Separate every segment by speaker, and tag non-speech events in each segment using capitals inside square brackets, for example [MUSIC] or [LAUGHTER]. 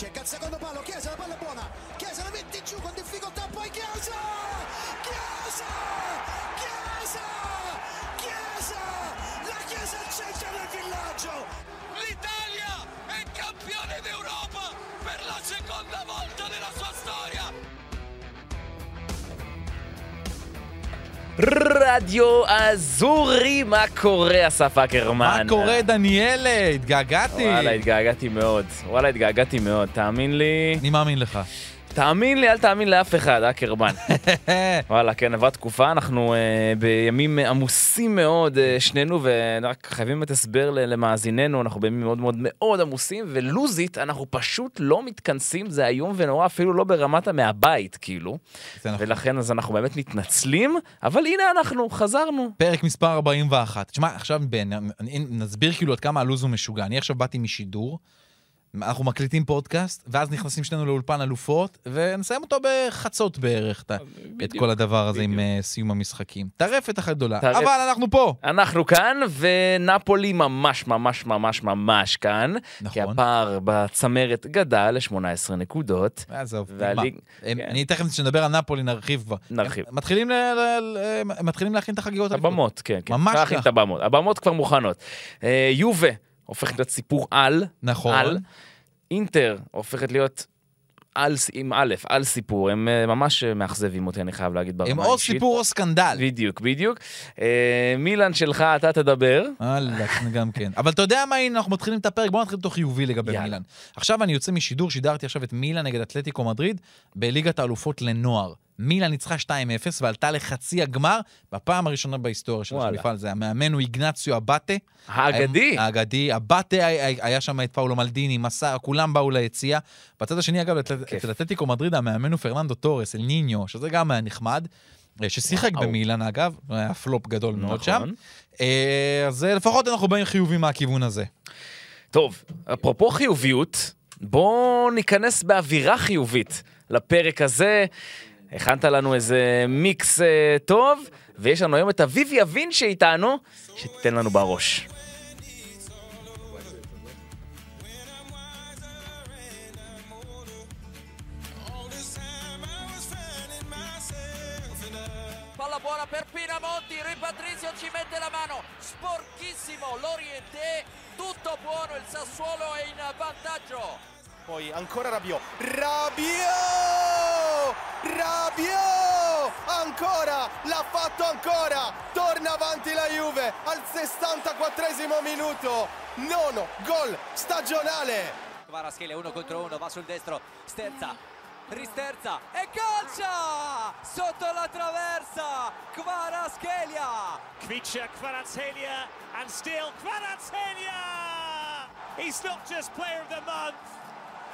Speaker 1: Cecca al secondo palo, Chiesa, la palla è buona, Chiesa la mette giù con difficoltà, poi Chiesa! Chiesa! Chiesa! Chiesa! La Chiesa al centro del villaggio!
Speaker 2: L'Italia è campione d'Europa per la seconda volta nella sua storia!
Speaker 3: רדיו אזורי, מה קורה אסף
Speaker 4: מה
Speaker 3: אקרמן?
Speaker 4: קורה, דניאלה? התגעגעתי.
Speaker 3: וואלה, התגעגעתי מאוד. וואלה, התגעגעתי מאוד. תאמין לי,
Speaker 4: אני מאמין לך.
Speaker 3: תאמין לי, אל תאמין לאף אחד,
Speaker 4: [LAUGHS]
Speaker 3: אקרמן. וואלה, כן, עברה תקופה, אנחנו אה, בימים עמוסים מאוד, אה, שנינו, ורק חייבים את הסבר ל- למאזיננו, אנחנו בימים מאוד מאוד מאוד עמוסים, ולוזית, אנחנו פשוט לא מתכנסים, זה איום ונורא, אפילו לא ברמת המהבית, כאילו.
Speaker 4: זה נכון.
Speaker 3: ולכן, אז אנחנו באמת מתנצלים, אבל הנה אנחנו, חזרנו.
Speaker 4: פרק מספר 41. תשמע, עכשיו בן, אני- נסביר כאילו עד כמה הלו"ז הוא משוגע. אני עכשיו באתי משידור, אנחנו מקליטים פודקאסט, ואז נכנסים שנינו לאולפן אלופות, ונסיים אותו בחצות בערך, את ה- את כל הדבר הזה עם אה, סיום המשחקים. טרפת אחת גדולה,
Speaker 3: טרפת.
Speaker 4: אבל אנחנו פה.
Speaker 3: אנחנו כאן, ונפולי ממש ממש ממש ממש כאן.
Speaker 4: נכון.
Speaker 3: כי הפער בצמרת גדל ל-18 נקודות.
Speaker 4: עזוב, נגמר.
Speaker 3: והליג-
Speaker 4: הם-
Speaker 3: כן.
Speaker 4: אני תכף, כשנדבר על נפולי נרחיב כבר.
Speaker 3: נרחיב.
Speaker 4: הם מתחילים ל- ל- ל- הם מתחילים להכין את החגיגות. האליפות.
Speaker 3: הבמות, כן, כן.
Speaker 4: ממש
Speaker 3: אפשר להכין
Speaker 4: ככה.
Speaker 3: את הבמות. הבמות כבר מוכנות. אה, יובה הופכת להיות סיפור על.
Speaker 4: נכון.
Speaker 3: על. אינטר הופכת להיות על, ס- עם א', על סיפור. הם אה, ממש אה, מאכזבים אותי, אני חייב להגיד, ברמה
Speaker 4: הם
Speaker 3: האישית.
Speaker 4: או סיפור או סקנדל.
Speaker 3: בדיוק, בדיוק. אה, מילן שלך, אתה תדבר.
Speaker 4: וואלה, אה, גם כן. אבל אתה יודע מה, הנה, אנחנו מתחילים את הפרק, בואו נתחיל אותו חיובי לגבי
Speaker 3: יאללה.
Speaker 4: מילאן. עכשיו אני יוצא משידור, שידרתי עכשיו את מילאן נגד אתלטיקו מדריד בליגת האלופות לנוער. מילאן ניצחה 2-0 ועלתה לחצי הגמר בפעם הראשונה בהיסטוריה של
Speaker 3: וואלה.
Speaker 4: המפעל הזה. המאמן הוא איגנציו אבטה.
Speaker 3: האגדי.
Speaker 4: האגדי. אבטה היה- היה שם את פאולו מלדיני, מסע, כולם באו ליציע. בצד השני, אגב, אצל-
Speaker 3: כיף.
Speaker 4: אצל אתלטיקו מדריד המאמן הוא פרננדו טורס, אל ניניו, שזה גם היה נחמד. אה, ששיחק
Speaker 3: וואו.
Speaker 4: במילאן אגב, היה פלופ גדול מאוד שם.
Speaker 3: נכון.
Speaker 4: אה, אז אה, לפחות אנחנו באים חיובים מהכיוון הזה.
Speaker 3: טוב, אפרופו חיוביות, בואו ניכנס באווירה חיובית לפרק הזה. הכנת לנו איזה מיקס אה, טוב, ויש לנו היום את אביב יבין שאיתנו, שתיתן לנו בראש.
Speaker 2: Palla buona per Pinamonti, Rui Patrizio ci mette la mano, sporchissimo l'Oriente, tutto buono, il Sassuolo è in vantaggio.
Speaker 5: Poi ancora Rabiot. Rabiot! Rabiot! Ancora! L'ha fatto ancora! Torna avanti la Juve al 64esimo minuto. Nono gol stagionale.
Speaker 2: Kvaraschele uno contro uno, va sul destro, sterza, risterza e calcia! Sotto la traversa, Kvaraschelia!
Speaker 6: Kvicha, Kvaratskhelia, and still Kvaratskhelia! He's not just player of the month,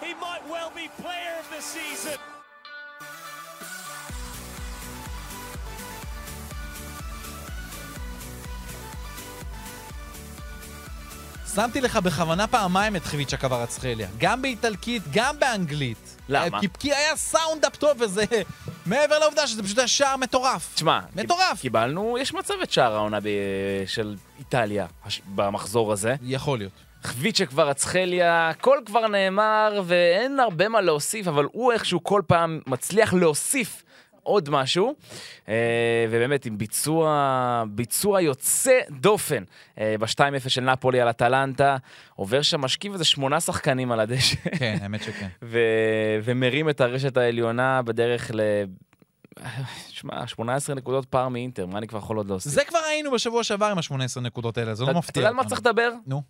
Speaker 6: he might well be player of the season.
Speaker 4: שמתי לך בכוונה פעמיים את חביצ'ה קוורצחליה, גם באיטלקית, גם באנגלית.
Speaker 3: למה?
Speaker 4: אה, כי- כי היה סאונדאפ טוב וזה... מעבר לעובדה שזה פשוט היה שער מטורף.
Speaker 3: תשמע,
Speaker 4: מטורף.
Speaker 3: קיבלנו, יש מצב את שער העונה ב- של איטליה הש- במחזור הזה.
Speaker 4: יכול להיות.
Speaker 3: חביצ'ה כבר אצחליה, הכל כבר נאמר ואין הרבה מה להוסיף, אבל הוא איכשהו כל פעם מצליח להוסיף עוד משהו, אה, ובאמת עם ביצוע, ביצוע יוצא דופן אה, ב-2-0 של נפולי על אטלנטה, עובר שם משכיב איזה שמונה שחקנים על הדשא,
Speaker 4: כן, האמת שכן.
Speaker 3: ו- ומרים את הרשת העליונה בדרך ל... שמע, 18 נקודות פער מאינטר, מה אני כבר יכול עוד להוסיף?
Speaker 4: זה כבר היינו בשבוע שעבר עם ה-18 נקודות האלה, זה לא
Speaker 3: אתה-
Speaker 4: מפתיע.
Speaker 3: אתה יודע על מה
Speaker 4: אותנו.
Speaker 3: צריך לדבר?
Speaker 4: נו.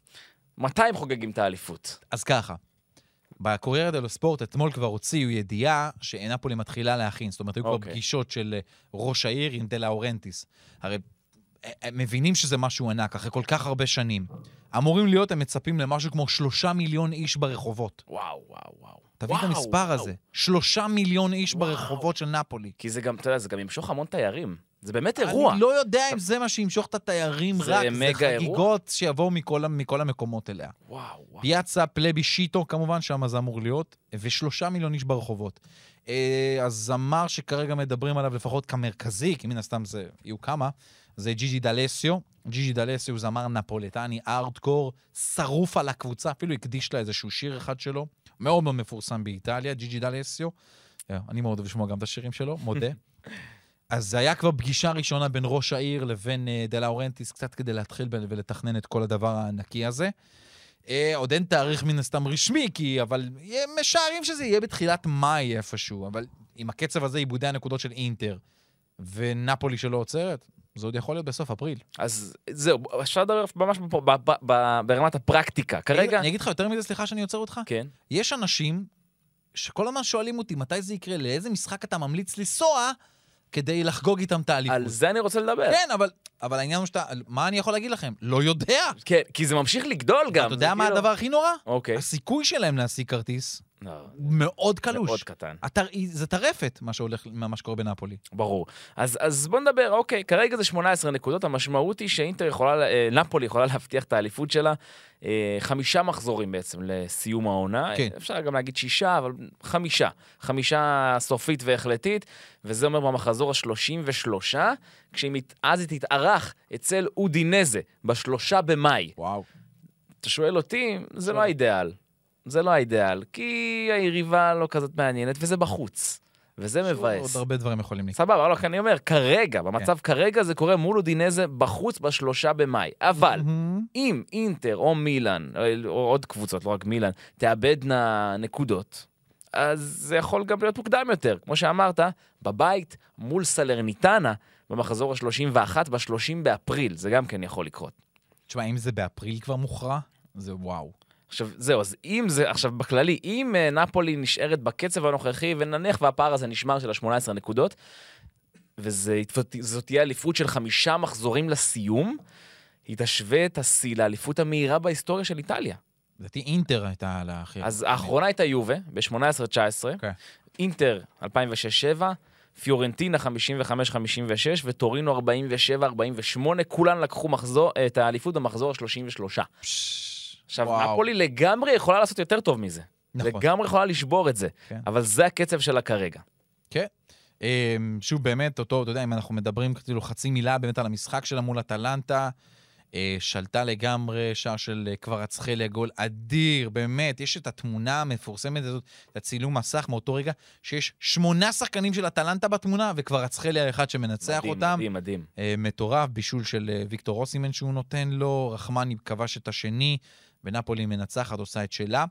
Speaker 3: מתי הם חוגגים את האליפות?
Speaker 4: אז ככה, בקוריירה דלו ספורט אתמול כבר הוציאו ידיעה שנפולי מתחילה להכין. זאת אומרת, היו כבר
Speaker 3: אוקיי.
Speaker 4: פגישות של אה, ראש העיר עם דה לאורנטיס. הרי אה, הם מבינים שזה משהו ענק, אחרי כל כך הרבה שנים. אמורים להיות, הם מצפים למשהו כמו שלושה מיליון איש ברחובות.
Speaker 3: וואו, וואו, וואו.
Speaker 4: תבין את
Speaker 3: וואו,
Speaker 4: המספר הזה. שלושה מיליון איש ברחובות של נפולי.
Speaker 3: כי זה גם, אתה יודע, זה גם ימשוך המון תיירים. זה באמת אירוע.
Speaker 4: אני לא יודע אם זה מה שימשוך את התיירים
Speaker 3: זה
Speaker 4: רק, זה
Speaker 3: מגה אירוע.
Speaker 4: חגיגות שיבואו מכל ה- מכל המקומות אליה.
Speaker 3: וואו, וואו.
Speaker 4: פיאצה, פלבי, שיטו, כמובן, שם זה אמור להיות, ושלושה מיליון איש ברחובות. אה, הזמר שכרגע מדברים עליו לפחות כמרכזי, כי מן הסתם זה, יהיו כמה, זה ג'יג'י דלסיו. ג'יג'י דלסיו הוא זמר נפולטני, ארדקור, שרוף על הקבוצה, אפילו הקדיש לה איזשהו שיר אחד שלו, מאוד מאוד מפורסם באיטליה, ג'יג'י דלסיו. אה, אני מאוד אוהב לשמוע גם את השירים שלו, מודה. אז זה היה כבר פגישה ראשונה בין ראש העיר לבין אה, דה לאורנטיס, קצת כדי להתחיל ב- ולתכנן את כל הדבר הענקי הזה. אה, עוד אין תאריך מן הסתם רשמי, כי אבל אה, משערים שזה יהיה בתחילת מאי איפשהו, אבל עם הקצב הזה עיבודי הנקודות של אינטר ונפולי שלא עוצרת, זה עוד יכול להיות בסוף אפריל.
Speaker 3: אז זהו, אפשר לדבר ממש פה ב- ב- ב- ברמת הפרקטיקה. כרגע...
Speaker 4: אני אגיד לך יותר מזה, סליחה שאני עוצר אותך.
Speaker 3: כן.
Speaker 4: יש אנשים שכל הזמן שואלים אותי מתי זה יקרה, לאיזה משחק אתה ממליץ לנסוע כדי לחגוג איתם את האליפות.
Speaker 3: על זה אני רוצה לדבר.
Speaker 4: כן, אבל, אבל העניין הוא שאתה, מה אני יכול להגיד לכם? לא יודע.
Speaker 3: כן, כי זה ממשיך לגדול גם.
Speaker 4: אתה
Speaker 3: זה
Speaker 4: יודע מה
Speaker 3: כאילו-
Speaker 4: הדבר הכי נורא?
Speaker 3: אוקיי.
Speaker 4: הסיכוי שלהם להשיג כרטיס
Speaker 3: לא,
Speaker 4: מאוד קלוש.
Speaker 3: מאוד קטן.
Speaker 4: הטר... זה טרפת, מה שהולך, מה שקורה בנפולי.
Speaker 3: ברור. אז, אז בוא נדבר, אוקיי, כרגע זה 18 נקודות, המשמעות היא שאינטר יכולה, אה, נפולי יכולה להבטיח את האליפות שלה אה, חמישה מחזורים בעצם לסיום העונה.
Speaker 4: כן.
Speaker 3: אפשר גם להגיד שישה, אבל חמישה. חמישה סופית והחלטית, וזה אומר במחזור ה-33, כשאז היא תתארח אצל אודינזה, בשלושה במאי.
Speaker 4: וואו.
Speaker 3: אתה שואל אותי, זה לא האידיאל. זה לא האידיאל, כי היריבה לא כזאת מעניינת, וזה בחוץ. וזה
Speaker 4: עוד
Speaker 3: מבאס.
Speaker 4: הרבה דברים יכולים לקרות.
Speaker 3: סבבה, לא, רק אני אומר, כרגע, במצב כרגע זה קורה מול אודינזה בחוץ בשלושה במאי. אבל אם אינטר או מילאן, או- או עוד קבוצות, לא רק מילאן, תאבדנה נקודות, אז זה יכול גם להיות מוקדם יותר. כמו שאמרת, בבית מול סלרניטנה, במחזור ה-31, ב-30 באפריל, זה גם כן יכול לקרות.
Speaker 4: תשמע, אם זה באפריל כבר מוכרע, זה וואו.
Speaker 3: עכשיו, זהו, אז אם זה, עכשיו, בכללי, אם אה, נפולי נשארת בקצב הנוכחי, ונניח והפער הזה נשמר של ה-18 נקודות, וזאת תהיה אליפות של חמישה מחזורים לסיום, היא תשווה את השיא לאליפות המהירה בהיסטוריה של איטליה.
Speaker 4: לדעתי אינטר הייתה על האחר.
Speaker 3: אז האחרונה הייתה יובה, ב-18-19,
Speaker 4: כן. אוקיי.
Speaker 3: אינטר 2006-2007, פיורנטינה 55-56 וטורינו 47-48, כולן לקחו מחזור, את האליפות במחזור ה-33.
Speaker 4: פשש,
Speaker 3: עכשיו,
Speaker 4: וואו.
Speaker 3: נפולי לגמרי יכולה לעשות יותר טוב מזה.
Speaker 4: נכון.
Speaker 3: לגמרי יכולה לשבור את זה,
Speaker 4: כן.
Speaker 3: אבל זה הקצב שלה כרגע.
Speaker 4: כן. אמ, שוב, באמת, אותו, אתה יודע, אם אנחנו מדברים כאילו חצי מילה באמת על המשחק שלה מול אטלנטה, אה, שלטה לגמרי שער של אה, כבר הצחליה, גול אדיר, באמת, יש את התמונה המפורסמת הזאת, את הצילום מסך מאותו רגע, שיש שמונה שחקנים של אטלנטה בתמונה, וכבר הצחליה אחד שמנצח
Speaker 3: מדהים,
Speaker 4: אותם.
Speaker 3: מדהים, מדהים.
Speaker 4: אה, מטורף, בישול של אה, ויקטור אוסימן שהוא נותן לו, רחמני כבש את השני, ונפולי מנצחת, עושה את שלה.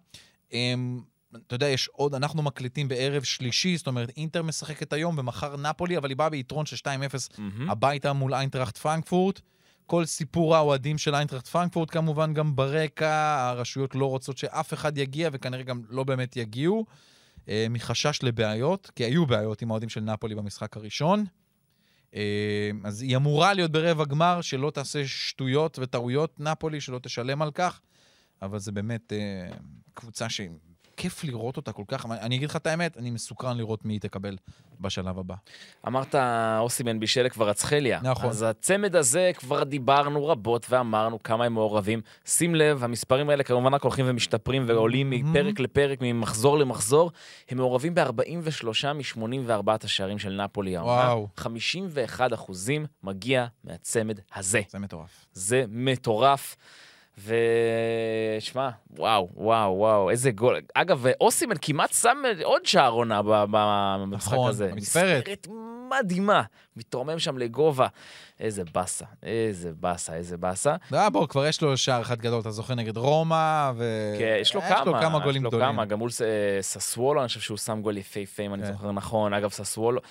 Speaker 4: אמ, אתה יודע, יש עוד, אנחנו מקליטים בערב שלישי, זאת אומרת, אינטר משחקת היום ומחר נפולי, אבל היא באה ביתרון של 2-0
Speaker 3: מהמם.
Speaker 4: הביתה מול איינטראכט פרנקפורט. כל סיפור האוהדים של איינטראכט פרנקפורט כמובן גם ברקע, הרשויות לא רוצות שאף אחד יגיע, וכנראה גם לא באמת יגיעו, אה, מחשש לבעיות, כי היו בעיות עם האוהדים של נפולי במשחק הראשון. אה, אז היא אמורה להיות ברבע גמר, שלא תעשה שטויות וטעויות נפולי, שלא תשלם על כך, אבל זה באמת אה, קבוצה שכיף לראות אותה כל כך. אני אגיד לך את האמת, אני מסוקרן לראות מי היא תקבל בשלב הבא.
Speaker 3: אמרת, אוסימן בישל כבר אצחליה.
Speaker 4: נכון.
Speaker 3: אז הצמד הזה, כבר דיברנו רבות ואמרנו כמה הם מעורבים. שים לב, המספרים האלה כמובן רק הולכים ומשתפרים ועולים מפרק לפרק, ממחזור למחזור. הם מעורבים ב-43 מ-84 השערים של נפולי העונה.
Speaker 4: וואו.
Speaker 3: 51 אחוזים מגיע מהצמד הזה.
Speaker 4: זה מטורף.
Speaker 3: זה מטורף. ושמע, וואו, וואו, וואו, איזה גול. אגב, אוסימן כמעט שם עוד שער עונה ב- ב- במשחק
Speaker 4: נכון,
Speaker 3: הזה.
Speaker 4: במספרת.
Speaker 3: מספרת מדהימה, מתרומם שם לגובה. איזה באסה, איזה באסה, איזה באסה.
Speaker 4: אה, בוא, כבר יש לו שער אחד גדול, אתה זוכר נגד רומא, ו...
Speaker 3: כן, יש לו
Speaker 4: אה,
Speaker 3: כמה,
Speaker 4: יש לו כמה גולים גדולים.
Speaker 3: כמה, גם מול ס- אה, ססוולו, אני חושב שהוא שם גול יפהפה, אם אני
Speaker 4: כן.
Speaker 3: זוכר נכון. אגב, ססוולו,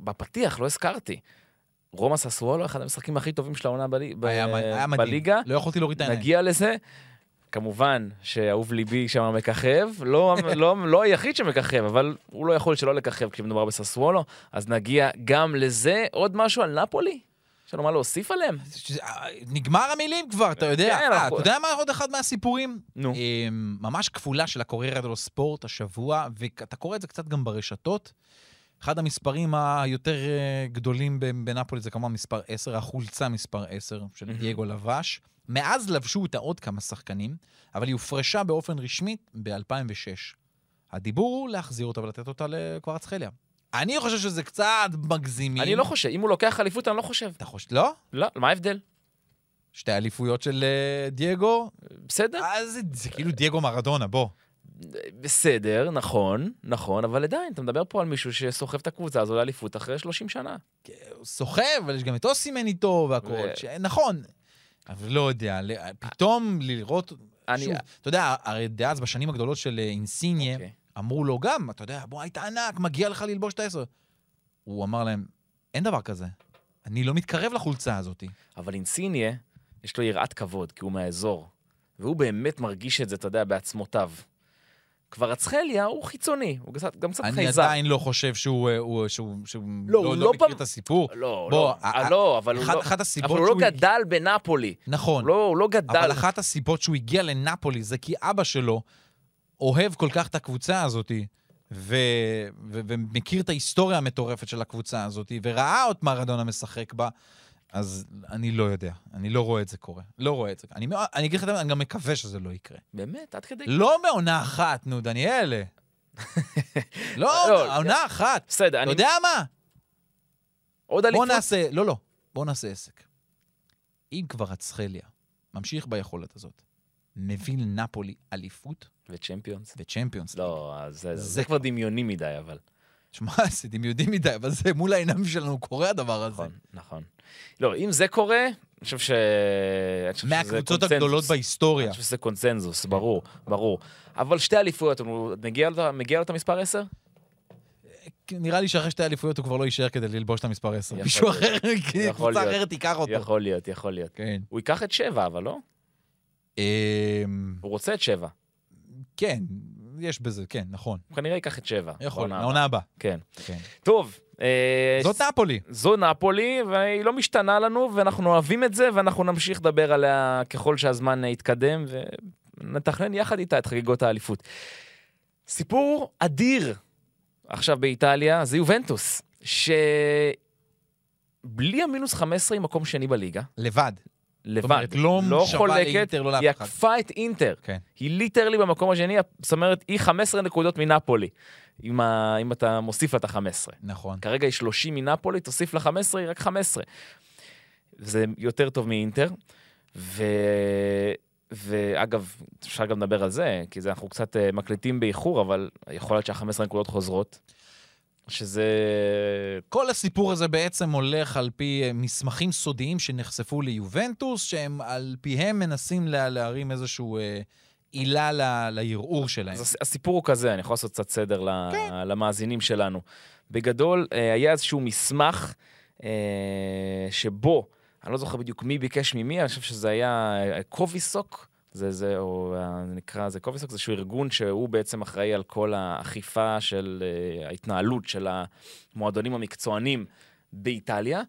Speaker 3: בפתיח לא הזכרתי. רומא ססוולו, אחד המשחקים הכי טובים של העונה בלי- ב-
Speaker 4: היה, מ- היה מדהים.
Speaker 3: אה, בליגה.
Speaker 4: לא יכולתי להוריד את העיניים.
Speaker 3: נגיע לזה. כמובן שאהוב ליבי שם מככב, לא, לא, לא היחיד שמככב, אבל הוא לא יכול שלא לככב כשמדובר בססוולו, אז נגיע גם לזה. עוד משהו על נפולי? יש לנו מה להוסיף עליהם?
Speaker 4: שזה- אה, נגמר המילים כבר, אתה יודע.
Speaker 3: כן,
Speaker 4: אה,
Speaker 3: אנחנו-
Speaker 4: אתה יודע מה עוד אחד מהסיפורים?
Speaker 3: נו.
Speaker 4: אה, ממש כפולה של הקוריירה דלו ספורט השבוע, ואתה קורא את זה קצת גם ברשתות. אחד המספרים היותר אה, גדולים ב- בנפולי זה כמובן מספר 10, החולצה מספר 10 של דייגו לבש. מאז לבשו אותה עוד כמה שחקנים, אבל היא הופרשה באופן רשמי ב-2006. הדיבור הוא להחזיר אותה ולתת אותה לקווארצחליה. אני חושב שזה קצת מגזימים.
Speaker 3: אני לא חושב, אם הוא לוקח אליפות, אני לא חושב.
Speaker 4: אתה חושב... לא?
Speaker 3: לא, מה ההבדל?
Speaker 4: שתי אליפויות של אה, דייגו?
Speaker 3: בסדר?
Speaker 4: אה, זה- זה כאילו דייגו מרדונה, בוא.
Speaker 3: בסדר, נכון, נכון, אבל עדיין, אתה מדבר פה על מישהו שסוחב את הקבוצה הזו לאליפות אחרי 30 שנה.
Speaker 4: הוא סוחב, אבל יש גם את אוסימן איתו והכול.
Speaker 3: ו-
Speaker 4: ש... נכון, אבל לא יודע, ל- פתאום לראות...
Speaker 3: אני-
Speaker 4: שוב, אתה יודע, הרי דאז בשנים הגדולות של אה, אינסיניה,
Speaker 3: אוקיי.
Speaker 4: אמרו לו גם, אתה יודע, בוא, היית ענק, מגיע לך ללבוש את העשר. הוא אמר להם, אין דבר כזה, אני לא מתקרב לחולצה הזאת.
Speaker 3: אבל אינסיניה, יש לו יראת כבוד, כי הוא מהאזור. והוא באמת מרגיש את זה, אתה יודע, בעצמותיו. כבר אצחליה הוא חיצוני, הוא קצת- גם קצת
Speaker 4: אני
Speaker 3: חייזר.
Speaker 4: עדיין לא חושב שהוא אה, הוא- שהוא- שהוא
Speaker 3: לא, הוא לא
Speaker 4: מכיר
Speaker 3: פעם-
Speaker 4: את הסיפור.
Speaker 3: לא,
Speaker 4: בוא,
Speaker 3: לא,
Speaker 4: ה-
Speaker 3: אה, לא, אבל הוא
Speaker 4: אחת-
Speaker 3: לא...
Speaker 4: אחת הסיבות
Speaker 3: אבל הוא לא
Speaker 4: שהוא-
Speaker 3: גדל בנפולי.
Speaker 4: נכון.
Speaker 3: הוא לא- הוא לא גדל.
Speaker 4: אבל אחת הסיבות שהוא הגיע לנפולי זה כי אבא שלו אוהב כל כך את הקבוצה הזאת, ו... ו... ומכיר את ההיסטוריה המטורפת של הקבוצה הזאת, וראה את מרדונה משחק בה, אז אני לא יודע, אני לא רואה את זה קורה. לא רואה את זה. אני, מאוד- אני אגיד לך, את האמת, אני גם מקווה שזה לא יקרה.
Speaker 3: באמת, עד כדי...
Speaker 4: לא מעונה אחת, נו, דניאלה.
Speaker 3: [LAUGHS]
Speaker 4: לא,
Speaker 3: לא,
Speaker 4: עונה אחת.
Speaker 3: בסדר,
Speaker 4: אתה
Speaker 3: אני...
Speaker 4: יודע מה?
Speaker 3: עוד אליפות?
Speaker 4: בוא נעשה, לא, לא, בוא נעשה עסק. אם כבר אצחליה ממשיך ביכולת הזאת, מביא לנפולי אליפות
Speaker 3: וצ'מפיונס.
Speaker 4: וצ'מפיונס.
Speaker 3: לא, אז זה,
Speaker 4: זה
Speaker 3: זה כבר דמיוני מדי, אבל.
Speaker 4: שמע, זה דמיוני מדי, אבל זה מול העיניים שלנו קורה הדבר הזה.
Speaker 3: נכון, נכון. לא, אם זה קורה, אני חושב ש... אני חושב שזה
Speaker 4: מהקבוצות
Speaker 3: קונצנזוס.
Speaker 4: הגדולות בהיסטוריה.
Speaker 3: אני חושב שזה
Speaker 4: כן.
Speaker 3: קונצנזוס, ברור, ברור. אבל שתי אליפויות, הוא מגיע לו- מגיע לו את המספר 10?
Speaker 4: נראה לי שאחרי שתי אליפויות הוא כבר לא יישאר כדי ללבוש את המספר 10.
Speaker 3: יכול
Speaker 4: מישהו
Speaker 3: להיות.
Speaker 4: אחר, כי
Speaker 3: יכול
Speaker 4: קבוצה
Speaker 3: להיות.
Speaker 4: אחרת תיקח אותו.
Speaker 3: יכול להיות, יכול להיות.
Speaker 4: כן.
Speaker 3: הוא ייקח את שבע, אבל לא?
Speaker 4: אמ,
Speaker 3: הוא רוצה את שבע.
Speaker 4: כן, יש בזה, כן, נכון.
Speaker 3: הוא כנראה ייקח את שבע.
Speaker 4: יכול,
Speaker 3: בעונה
Speaker 4: העונה הבאה.
Speaker 3: הבאה. כן.
Speaker 4: כן.
Speaker 3: טוב. אה,
Speaker 4: זאת נפולי.
Speaker 3: זו נפולי, והיא לא משתנה לנו, ואנחנו אוהבים את זה, ואנחנו נמשיך לדבר עליה ככל שהזמן אה, יתקדם, ונתכנן יחד איתה את חגיגות האליפות. סיפור אדיר עכשיו באיטליה, זה יובנטוס, שבלי המינוס 15 היא מקום שני בליגה,
Speaker 4: לבד.
Speaker 3: לבד,
Speaker 4: אומרת, לא שווה לאינטר, לא לאף
Speaker 3: היא
Speaker 4: אחד.
Speaker 3: עקפה את אינטר.
Speaker 4: כן.
Speaker 3: היא ליטרלי במקום השני, זאת אומרת, היא 15 נקודות מנפולי, אם, ה... אם אתה מוסיף לה את ה-15.
Speaker 4: נכון.
Speaker 3: כרגע היא 30 מנפולי, תוסיף לה 15, היא רק 15. זה יותר טוב מאינטר. ו... ואגב, אפשר גם לדבר על זה, כי זה אנחנו קצת אה, מקליטים באיחור, אבל יכול להיות שה-15 נקודות חוזרות, שזה...
Speaker 4: כל הסיפור הזה בעצם הולך על פי אה, מסמכים סודיים שנחשפו ליובנטוס, שהם על פיהם מנסים לה, להרים איזשהו אה, עילה ל, לערעור שלהם.
Speaker 3: אז הס- הסיפור הוא כזה, אני יכול לעשות קצת סדר ל- למאזינים שלנו. בגדול, אה, היה איזשהו מסמך אה, שבו, אני לא זוכר בדיוק מי ביקש ממי, אני חושב שזה היה אה, קוביסוק, זה, זה, או אה, נקרא, זה קוביסוק, זה שהוא ארגון שהוא בעצם אחראי על כל האכיפה של אה, ההתנהלות של המועדונים המקצוענים באיטליה.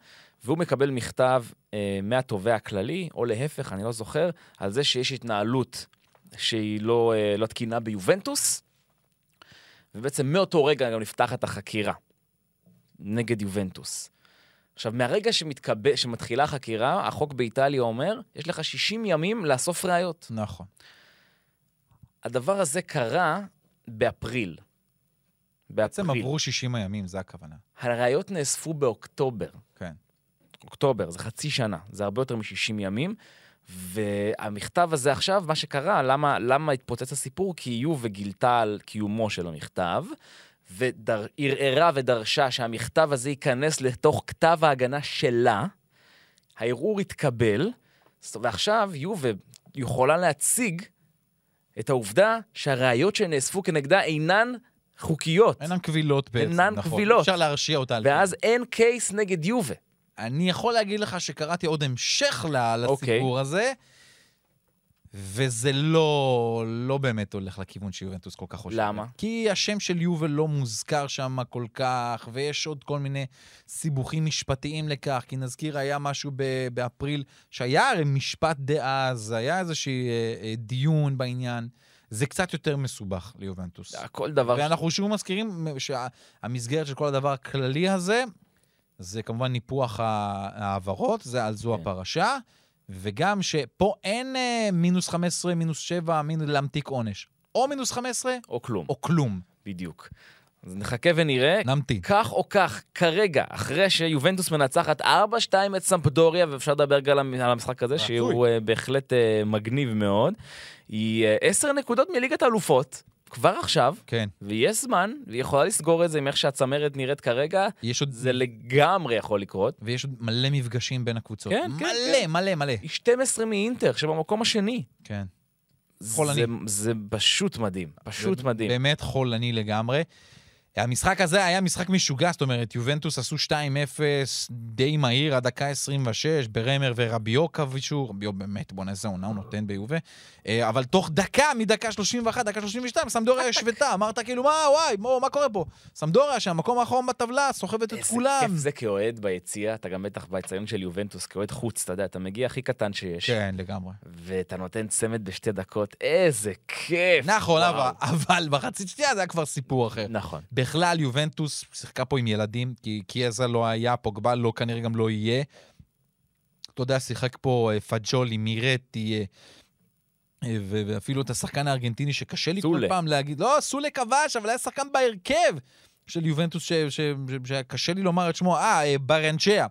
Speaker 3: והוא מקבל מכתב אה, מהתובע הכללי, או להפך, אני לא זוכר, על זה שיש התנהלות שהיא לא, אה, לא תקינה ביובנטוס, ובעצם מאותו רגע גם נפתחת החקירה נגד יובנטוס. עכשיו, מהרגע שמתקב... שמתחילה החקירה, החוק באיטליה אומר, יש לך 60 ימים לאסוף ראיות.
Speaker 4: נכון.
Speaker 3: הדבר הזה קרה באפריל.
Speaker 4: בעצם
Speaker 3: באפריל.
Speaker 4: עברו 60 הימים, זה הכוונה.
Speaker 3: הראיות נאספו באוקטובר.
Speaker 4: כן.
Speaker 3: אוקטובר, זה חצי שנה, זה הרבה יותר מ-60 ימים. והמכתב הזה עכשיו, מה שקרה, למה, למה התפוצץ הסיפור? כי יובה גילתה על קיומו של המכתב, וערערה ודרשה שהמכתב הזה ייכנס לתוך כתב ההגנה שלה. הערעור התקבל, זאת- ועכשיו יובה יכולה להציג את העובדה שהראיות שנאספו כנגדה אינן חוקיות.
Speaker 4: אינן קבילות בעצם,
Speaker 3: אינן
Speaker 4: נכון.
Speaker 3: קבילות.
Speaker 4: אפשר להרשיע אותה. על
Speaker 3: ואז אין קייס נגד יובה.
Speaker 4: זה. אני יכול להגיד לך שקראתי עוד המשך ל-
Speaker 3: אוקיי.
Speaker 4: לסיפור הזה, וזה לא, לא באמת הולך לכיוון שיובנטוס כל כך חושבת.
Speaker 3: למה?
Speaker 4: כי השם של יובל לא מוזכר שם כל כך, ויש עוד כל מיני סיבוכים משפטיים לכך, כי נזכיר, היה משהו ב- באפריל, שהיה הרי משפט דאז, היה איזשהו דיון בעניין. זה קצת יותר מסובך ליובנטוס.
Speaker 3: כל דבר...
Speaker 4: ואנחנו שוב מזכירים שהמסגרת של כל הדבר הכללי הזה, זה כמובן ניפוח ה- ההעברות, זה על זו
Speaker 3: כן.
Speaker 4: הפרשה, וגם שפה אין אה, מינוס 15, מינוס 7, מינוס להמתיק עונש. או מינוס 15
Speaker 3: או כלום.
Speaker 4: או כלום.
Speaker 3: בדיוק. אז נחכה ונראה.
Speaker 4: נמתין.
Speaker 3: כך או כך, כרגע, אחרי שיובנטוס מנצחת 4-2 את סמפדוריה, ואפשר לדבר גם על המ- על המשחק הזה, שהוא אה, בהחלט אה, מגניב מאוד, היא אה, 10 נקודות מליגת האלופות, כבר עכשיו,
Speaker 4: כן.
Speaker 3: ויש זמן, והיא יכולה לסגור את זה עם איך שהצמרת נראית כרגע,
Speaker 4: יש עוד...
Speaker 3: זה לגמרי יכול לקרות.
Speaker 4: ויש עוד מלא מפגשים בין הקבוצות.
Speaker 3: כן, כן,
Speaker 4: מלא,
Speaker 3: כן.
Speaker 4: מלא, מלא.
Speaker 3: היא 12 מאינטר, שבמקום השני.
Speaker 4: כן.
Speaker 3: זה,
Speaker 4: חולני.
Speaker 3: זה פשוט מדהים, פשוט
Speaker 4: זה
Speaker 3: מדהים.
Speaker 4: באמת חולני לגמרי. המשחק הזה היה משחק משוגע, זאת אומרת, יובנטוס עשו 2-0 די מהיר, עד דקה 26, ברמר ורביו כבשו, רביו באמת, בואנה איזה עונה הוא נותן ביובה. אה, אבל תוך דקה, מדקה 31, דקה
Speaker 3: [LAUGHS]
Speaker 4: 32, סמדוריה השוותה, אמרת כאילו, מה, וואי, מה, מה קורה פה? סמדוריה, שהמקום האחרון בטבלה, סוחבת את
Speaker 3: איזה
Speaker 4: כולם.
Speaker 3: כיף זה כאוהד ביציע, אתה גם בטח ביציון של יובנטוס, כאוהד חוץ, אתה יודע, אתה מגיע הכי קטן שיש,
Speaker 4: כן, לגמרי.
Speaker 3: ואתה נותן צמד בשתי דקות, איזה כיף.
Speaker 4: נכון,
Speaker 3: וואו.
Speaker 4: אבל- אבל מחצית שנייה זה היה כבר סיפור אחר.
Speaker 3: נכון.
Speaker 4: בכלל, יובנטוס שיחקה פה עם ילדים, כי קיאזה לא היה, פוגבה לא, כנראה גם לא יהיה. אתה יודע, שיחק פה אה, פג'ולי, מירטי, אה, אה, ו- ואפילו את השחקן הארגנטיני, שקשה לי כל
Speaker 3: סולה.
Speaker 4: פעם להגיד, לא, סולה כבש, אבל היה שחקן בהרכב של יובנטוס, ש- ש- ש- שקשה לי לומר את שמו, אה, אה, ברנצ'יה.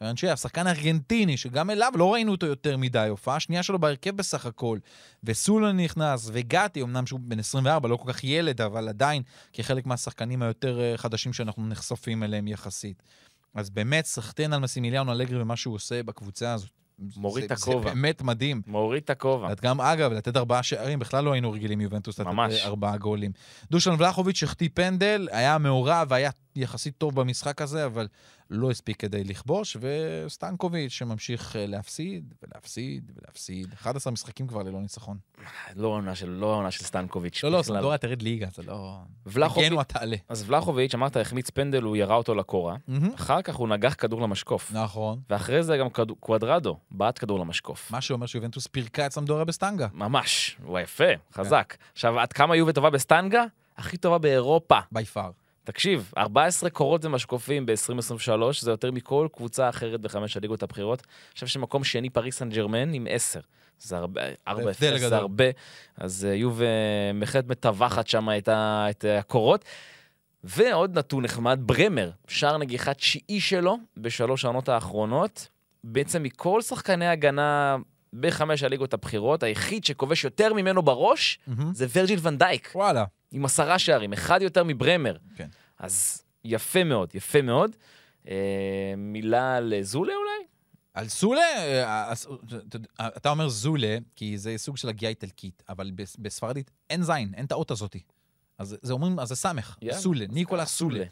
Speaker 4: ברנצ'יה, שחקן ארגנטיני, שגם אליו לא ראינו אותו יותר מדי, הופעה שנייה שלו בהרכב בסך הכל. וסולה נכנס, וגתי, אמנם שהוא בן 24, לא כל כך ילד, אבל עדיין כחלק מהשחקנים היותר אה, חדשים שאנחנו נחשפים אליהם יחסית. אז באמת, סחטיין על מסימיליאנו אלגרי ומה שהוא עושה בקבוצה הזאת.
Speaker 3: מוריד
Speaker 4: זה-
Speaker 3: את הכובע.
Speaker 4: זה באמת מדהים.
Speaker 3: מוריד את הכובע.
Speaker 4: את גם, אגב, לתת ארבעה שערים, בכלל לא היינו רגילים יובנטוס לתת
Speaker 3: ממש.
Speaker 4: אה, ארבעה גולים. דושן ולחוביץ' החטיא פנדל, היה מעורב, היה יחסית טוב במשחק הזה, אבל לא הספיק כדי לכבוש, וסטנקוביץ' שממשיך אה, להפסיד, ולהפסיד, ולהפסיד. 11 משחקים כבר ללא ניצחון.
Speaker 3: לא העונה של, לא העונה של סטנקוביץ'.
Speaker 4: לא, לא,
Speaker 3: בכלל.
Speaker 4: סנדוריה תרד ליגה, זה לא...
Speaker 3: ולחוביץ'-
Speaker 4: הגנו התעלה.
Speaker 3: אז ולחוביץ', אמרת, החמיץ פנדל, הוא ירה אותו לקורה.
Speaker 4: מהמם.
Speaker 3: אחר כך הוא נגח כדור למשקוף.
Speaker 4: נכון.
Speaker 3: ואחרי זה גם כד- קוואדרדו, בעט כדור למשקוף.
Speaker 4: מה שאומר שיובנטוס פירקה את סמדוריה בסטנגה.
Speaker 3: ממש, הוא יפה, חזק.
Speaker 4: כן.
Speaker 3: עכשיו, עד כמה יובה טובה בסטנגה? הכי טובה באירופה.
Speaker 4: בי פאר.
Speaker 3: תקשיב, 14 קורות ומשקופים ב-2023, זה יותר מכל קבוצה אחרת בחמש הליגות הבכירות. אני חושב שמקום שני פריס סן ג'רמן עם 10. זה הרבה, 4
Speaker 4: הבדל
Speaker 3: אפס,
Speaker 4: גדול.
Speaker 3: זה הרבה. אז אה, יובה בהחלט מטווחת שם את, ה- את אה, הקורות. ועוד נתון נחמד, ברמר, שער נגיחה תשיעי שלו בשלוש העונות האחרונות. בעצם מכל שחקני הגנה בחמש הליגות הבכירות, היחיד שכובש יותר ממנו בראש זה ורג'יל ונדייק.
Speaker 4: וואלה.
Speaker 3: עם עשרה שערים, אחד יותר מברמר.
Speaker 4: כן.
Speaker 3: אז יפה מאוד, יפה מאוד. אה, מילה לזולה אולי?
Speaker 4: על סולה, אה, אז, אתה יודע, אתה אומר זולה, כי זה סוג של הגייה איטלקית, אבל בס- בספרדית אין זין, אין את האות הזאתי. אז זה אומרים, אז זה סמך,
Speaker 3: יאללה,
Speaker 4: סולה, ניקולה
Speaker 3: סולה.
Speaker 4: סולה.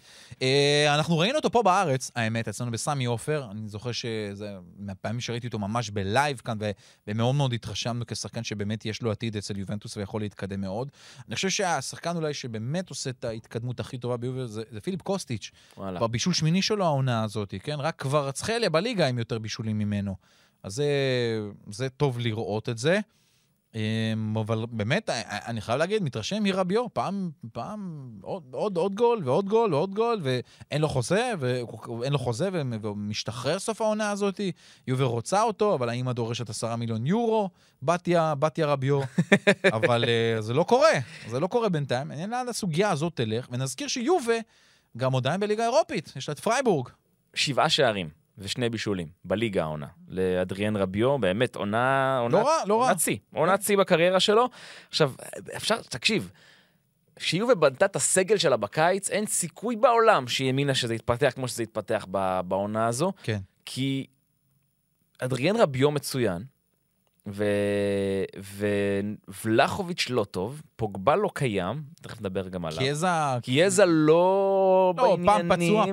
Speaker 4: אה, אנחנו ראינו אותו פה בארץ, האמת, אצלנו בסמי עופר, אני זוכר שזה מהפעמים שראיתי אותו ממש בלייב כאן, ו- ומאוד מאוד התרשמנו כשחקן שבאמת יש לו עתיד אצל יובנטוס ויכול להתקדם מאוד. אני חושב שהשחקן אולי שבאמת עושה את ההתקדמות הכי טובה ביובל זה, זה פיליפ קוסטיץ'.
Speaker 3: וואלה.
Speaker 4: כבר בישול שמיני שלו העונה הזאת, כן? רק כבר צחלה בליגה עם יותר בישולים ממנו. אז זה, זה טוב לראות את זה. אמ, אבל באמת, א- א- אני חייב להגיד, מתרשם מרביו, פעם, פעם, עוד, עוד, עוד גול ועוד גול ועוד גול, ואין לו חוזה, ואין לו חוזה, ומ- ומשתחרר סוף העונה הזאת. יובל רוצה אותו, אבל האמא דורשת עשרה מיליון יורו, בתיה, בתיה רביו, אבל אה, זה לא קורה, זה לא קורה בינתיים. מעניין לאן הסוגיה הזאת תלך, ונזכיר שיובה גם עדיין בליגה האירופית, יש לה את פרייבורג. לא
Speaker 3: שבעה שערים ושני בישולים בליגה העונה. לאדריאן רביו, באמת, עונה... עונה
Speaker 4: לא רע, לא רע.
Speaker 3: עונת שיא, עונת שיא בקריירה שלו. עכשיו, אפשר, תקשיב, שיובה בנתה את הסגל שלה בקיץ, אין סיכוי בעולם שהיא האמינה שזה יתפתח כמו שזה יתפתח ב- בעונה הזו.
Speaker 4: כן.
Speaker 3: כי אדריאן רביו מצוין, ו... ולחוביץ' לא טוב, פוגבה לא קיים, תכף נדבר גם עליו.
Speaker 4: קיאזה...
Speaker 3: קיאזה לא
Speaker 4: כן. לא,
Speaker 3: בעניינים,